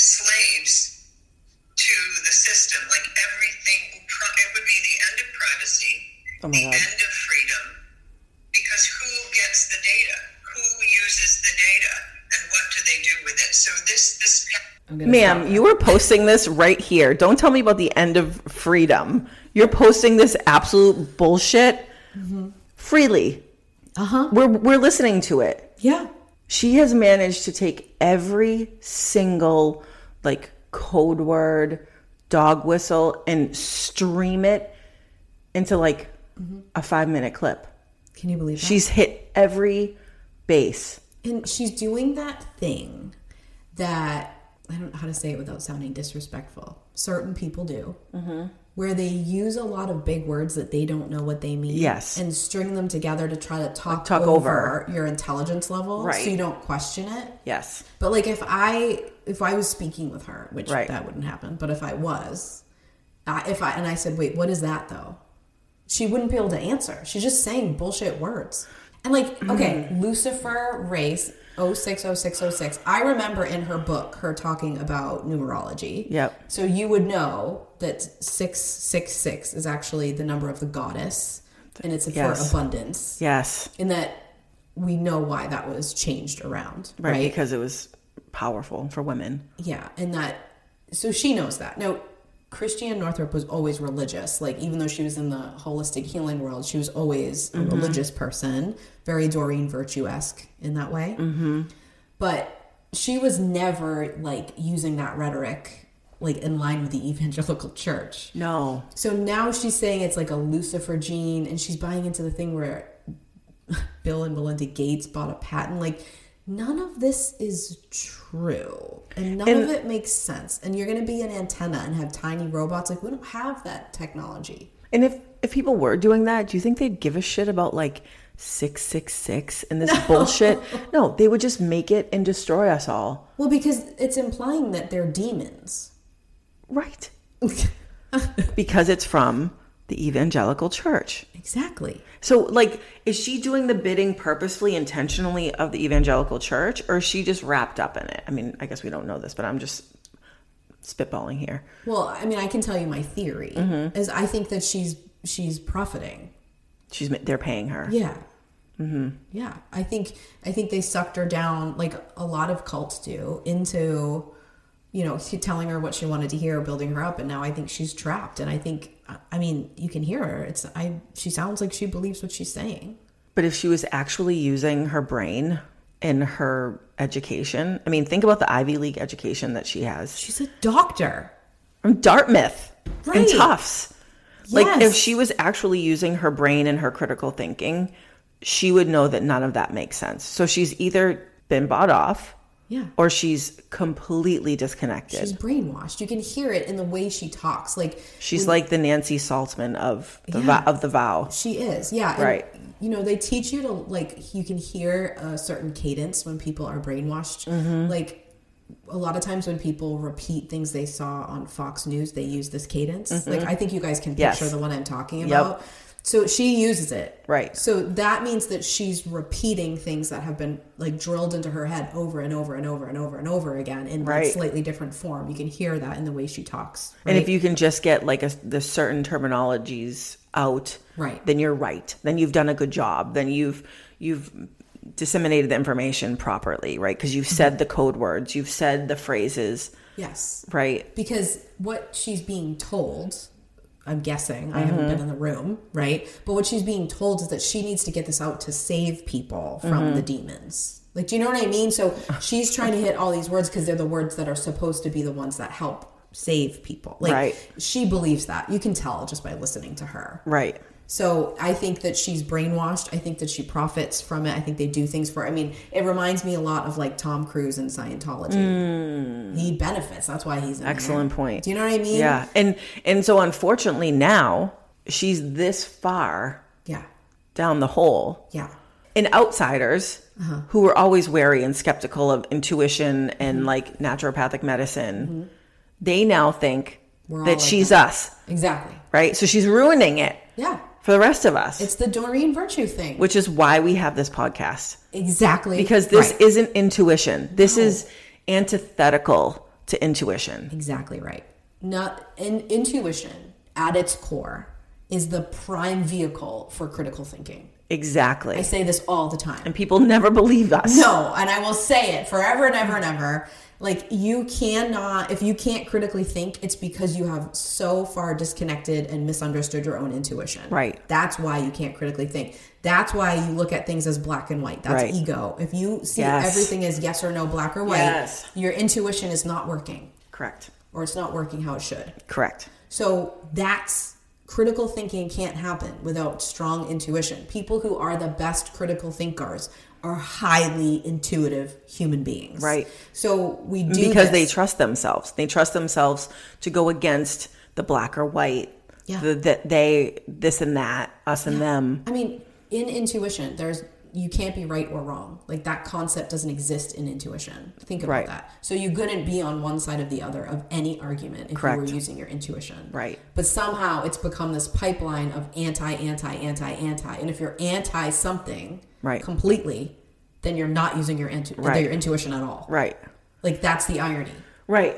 D: slaves to the system. Like everything, it would be the end of privacy,
B: Oh my
D: the
B: God.
D: end of freedom, because who gets the data? Who uses the data? And what do they do with it? So this, this.
F: I'm gonna
B: Ma'am,
F: stop.
B: you were posting this right here. Don't tell me about the end of freedom. You're posting this absolute bullshit freely. Mm-hmm. Uh-huh. We're we're listening to it.
F: yeah.
B: she has managed to take every single like code word dog whistle and stream it into like a five minute clip
F: Can you believe that?
B: she's hit every base
F: And she's doing that thing that I don't know how to say it without sounding disrespectful. Certain people do, where they use a lot of big words that they don't know what they mean.
B: Yes.
F: and string them together to try to talk,
B: talk
F: over, your intelligence level,
B: Right.
F: so you don't question it.
B: yes
F: But like if I if I was speaking with her, which
B: Right.
F: that wouldn't happen, but if I was, I, if I and I said, "Wait, what is that though?" She wouldn't be able to answer. She's just saying bullshit words. And like,
B: Mm-hmm.
F: okay, Lucifer race 060606. I remember in her book her talking about numerology.
B: Yep.
F: So you would know that 666 is actually the number of the goddess and it's
B: Yes.
F: for abundance.
B: yes
F: In that we know why that was changed around,
B: right,
F: right?
B: because it was powerful for women
F: Yeah, and that so she knows that. Now, Christiane Northrup was always religious. Like even though she was in the holistic healing world, she was always a religious person, very Doreen Virtue esque in that way. Mm-hmm. But she was never like using that rhetoric like in line with the evangelical church.
B: no
F: So now she's saying it's like a Lucifer gene, and she's buying into the thing where Bill and Melinda Gates bought a patent. Like none of this is true and none of it makes sense and you're going to be an antenna and have tiny robots like we don't have that technology
B: And if if people were doing that, do you think they'd give a shit about like 666 and this bullshit? No, they would just make it and destroy us all.
F: well because it's implying that they're demons
B: Right. because it's from the evangelical church.
F: exactly
B: So like is she doing the bidding purposefully intentionally of the evangelical church or is she just wrapped up in it? I mean, I guess we don't know this, but I'm just spitballing here.
F: well i mean i can tell you my theory is i think that she's she's profiting
B: She's they're paying her.
F: Yeah. Mm-hmm. Yeah, I think I think they sucked her down like a lot of cults do into, you know, she- telling her what she wanted to hear, building her up, and now I think she's trapped. And I think, I- I mean, you can hear her. It's I. She sounds like she believes what she's saying.
B: But if she was actually using her brain in her education, I mean, think about the Ivy League education that she has
F: She's a doctor.
B: from Dartmouth
F: Right.
B: and Tufts. Like, if
F: Yes.
B: she was actually using her brain and her critical thinking, she would know that none of that makes sense. So she's either been bought off
F: Yeah.
B: or she's completely disconnected.
F: She's
B: She's,
F: brainwashed. You can hear it in the way she talks. Like
B: like the Nancy Saltzman of the,
F: Yeah.
B: vo- of the vow.
F: She is, yeah. and,
B: Right.
F: you know, they teach you to like you can hear a certain cadence when people are brainwashed.
B: Mm-hmm.
F: Like a lot of times when people repeat things they saw on Fox News, they use this cadence. Like I think you guys can
B: Mm-hmm. Yes.
F: picture the one I'm talking about. So she uses it.
B: Right.
F: So that means that she's repeating things that have been like drilled into her head over and over and over and over and over again in like
B: Right.
F: slightly different form. You can hear that in the way she talks.
B: And if you can just get like a, the certain terminologies out,
F: Right.
B: then you're right. Then you've done a good job. Then you've you've disseminated the information properly, right? Because you've said the code words, you've said the phrases,
F: Yes.
B: right?
F: because what she's being told i'm guessing i haven't
B: Mm-hmm.
F: been in the room right but what she's being told is that she needs to get this out to save people from
B: Mm-hmm.
F: the demons like do you know what i mean so she's trying to hit all these words because they're the words that are supposed to be the ones that help save people like
B: Right.
F: she believes that you can tell just by listening to her
B: Right.
F: so I think that she's brainwashed. I think that she profits from it. I think they do things for. her. I mean, it reminds me a lot of like Tom Cruise in Scientology. He benefits. That's why he's in there.
B: Mm. Excellent point.
F: Do you know what I mean?
B: Yeah. And and so unfortunately now she's this far
F: Yeah.
B: down the hole.
F: Yeah.
B: And outsiders
F: Uh-huh.
B: who were always wary and skeptical of intuition and
F: Mm-hmm.
B: like naturopathic medicine, they now think
F: We're all
B: that
F: like
B: she's us.
F: Exactly.
B: right? So she's ruining it
F: Yeah.
B: for the rest of us,
F: It's the Doreen Virtue thing.
B: which is why we have this podcast
F: exactly.
B: because this
F: Right.
B: isn't intuition. This is antithetical to intuition.
F: exactly right. Not in, intuition at its core is the prime vehicle for critical thinking.
B: Exactly.
F: I say this all the time.
B: and people never believe us.
F: No, and I will say it forever and ever and ever. Like you cannot if you can't critically think, it's because you have so far disconnected and misunderstood your own intuition.
B: Right.
F: That's why you can't critically think. That's why you look at things as black and white. That's
B: Right.
F: ego. If you see
B: Yes.
F: everything as yes or no, black or white,
B: Yes.
F: your intuition is not working
B: Correct.
F: or it's not working how it should.
B: Correct.
F: So that's critical thinking can't happen without strong intuition. People who are the best critical thinkers are highly intuitive human beings.
B: Right.
F: So we do
B: because they
F: this.
B: trust themselves. They trust themselves to go against the black or white,
F: Yeah.
B: the, the they this and that, us and them.
F: I mean, in intuition, there's you can't be right or wrong. Like that concept doesn't exist in intuition. Think about
B: Right.
F: that. So you couldn't be on one side of the other of any argument if you
B: Correct.
F: were using your intuition.
B: Right.
F: But somehow it's become this pipeline of anti, anti, anti, anti. And if you're anti something
B: Right.
F: completely, then you're not using your intu-
B: Right.
F: your intuition at all.
B: Right.
F: Like that's the irony.
B: Right.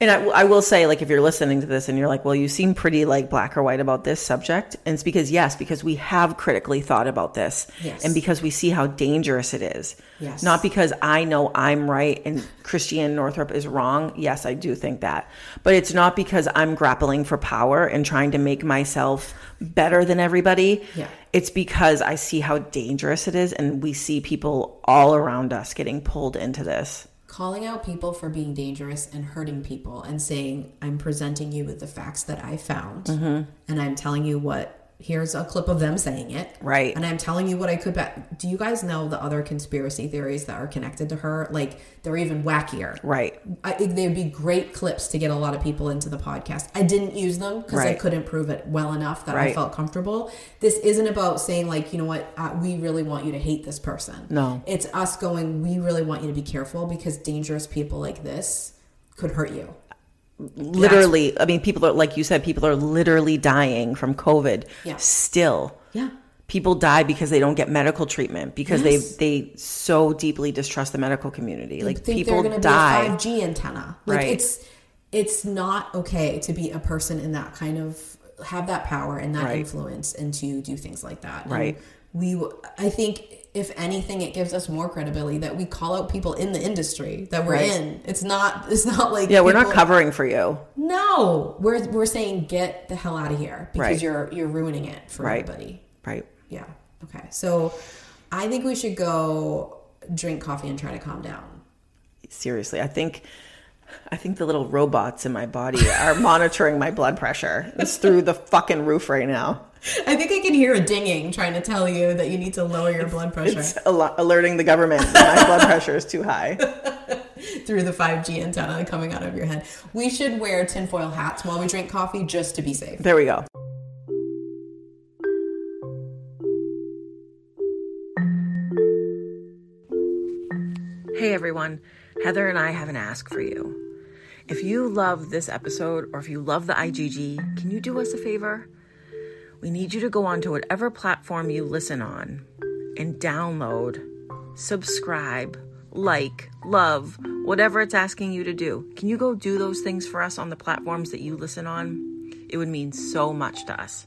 B: And I, I will say, like, if you're listening to this and you're like, well, you seem pretty like black or white about this subject, and it's because, yes, because we have critically thought about this.
F: Yes.
B: And because we see how dangerous it is.
F: Yes.
B: Not because I know I'm right and Christiane Northrup is wrong. Yes, I do think that. But it's not because I'm grappling for power and trying to make myself better than everybody.
F: Yeah.
B: It's because I see how dangerous it is, and we see people all around us getting pulled into this.
F: Calling out people for being dangerous and hurting people and saying, I'm presenting you with the facts that I found and I'm telling you what Here's a clip of them saying it.
B: Right.
F: And I'm telling you what I could bet. Do you guys know the other conspiracy theories that are connected to her? Like, they're even wackier.
B: Right.
F: I, it- they'd be great clips to get a lot of people into the podcast. I didn't use them because I
B: Right.
F: couldn't prove it well enough that I
B: Right.
F: felt comfortable. This isn't about saying like, you know what, uh, we really want you to hate this person.
B: No.
F: it's us going. We really want you to be careful because dangerous people like this could hurt you.
B: Literally, I mean, people are, like you said, people are literally dying from COVID
F: Yeah.
B: still.
F: Yeah,
B: People die because they don't get medical treatment because they they so deeply distrust the medical community.
F: I
B: Like
F: think
B: people
F: they're going to
B: die.
F: be a 5G antenna. Like
B: Right.
F: it's it's not okay to be a person in that kind of have that power and that
B: Right.
F: influence and to do things like that. And
B: Right.
F: we w- I think if anything it gives us more credibility that we call out people in the industry that we're in. It's not it's not like
B: yeah, we're not
F: people-
B: covering for you.
F: No. We're we're saying get the hell out of here because
B: Right.
F: you're you're ruining it for
B: Right.
F: everybody.
B: Right.
F: Yeah. Okay. So I think we should go drink coffee and try to calm down.
B: Seriously. I think I think the little robots in my body are monitoring my blood pressure. It's through the fucking roof right now.
F: I think I can hear a dinging trying to tell you that you need to lower your blood pressure
B: It's al- alerting the government that my blood pressure is too high.
F: through the 5G antenna coming out of your head. We should wear tinfoil hats while we drink coffee just to be safe.
B: There we go.
G: Hey everyone, Heather and I have an ask for you. If you love this episode or if you love the IGG, can you do us a favor? We need you to go onto whatever platform you listen on and download, subscribe, like, love, whatever it's asking you to do. Can you go do those things for us on the platforms that you listen on? It would mean so much to us.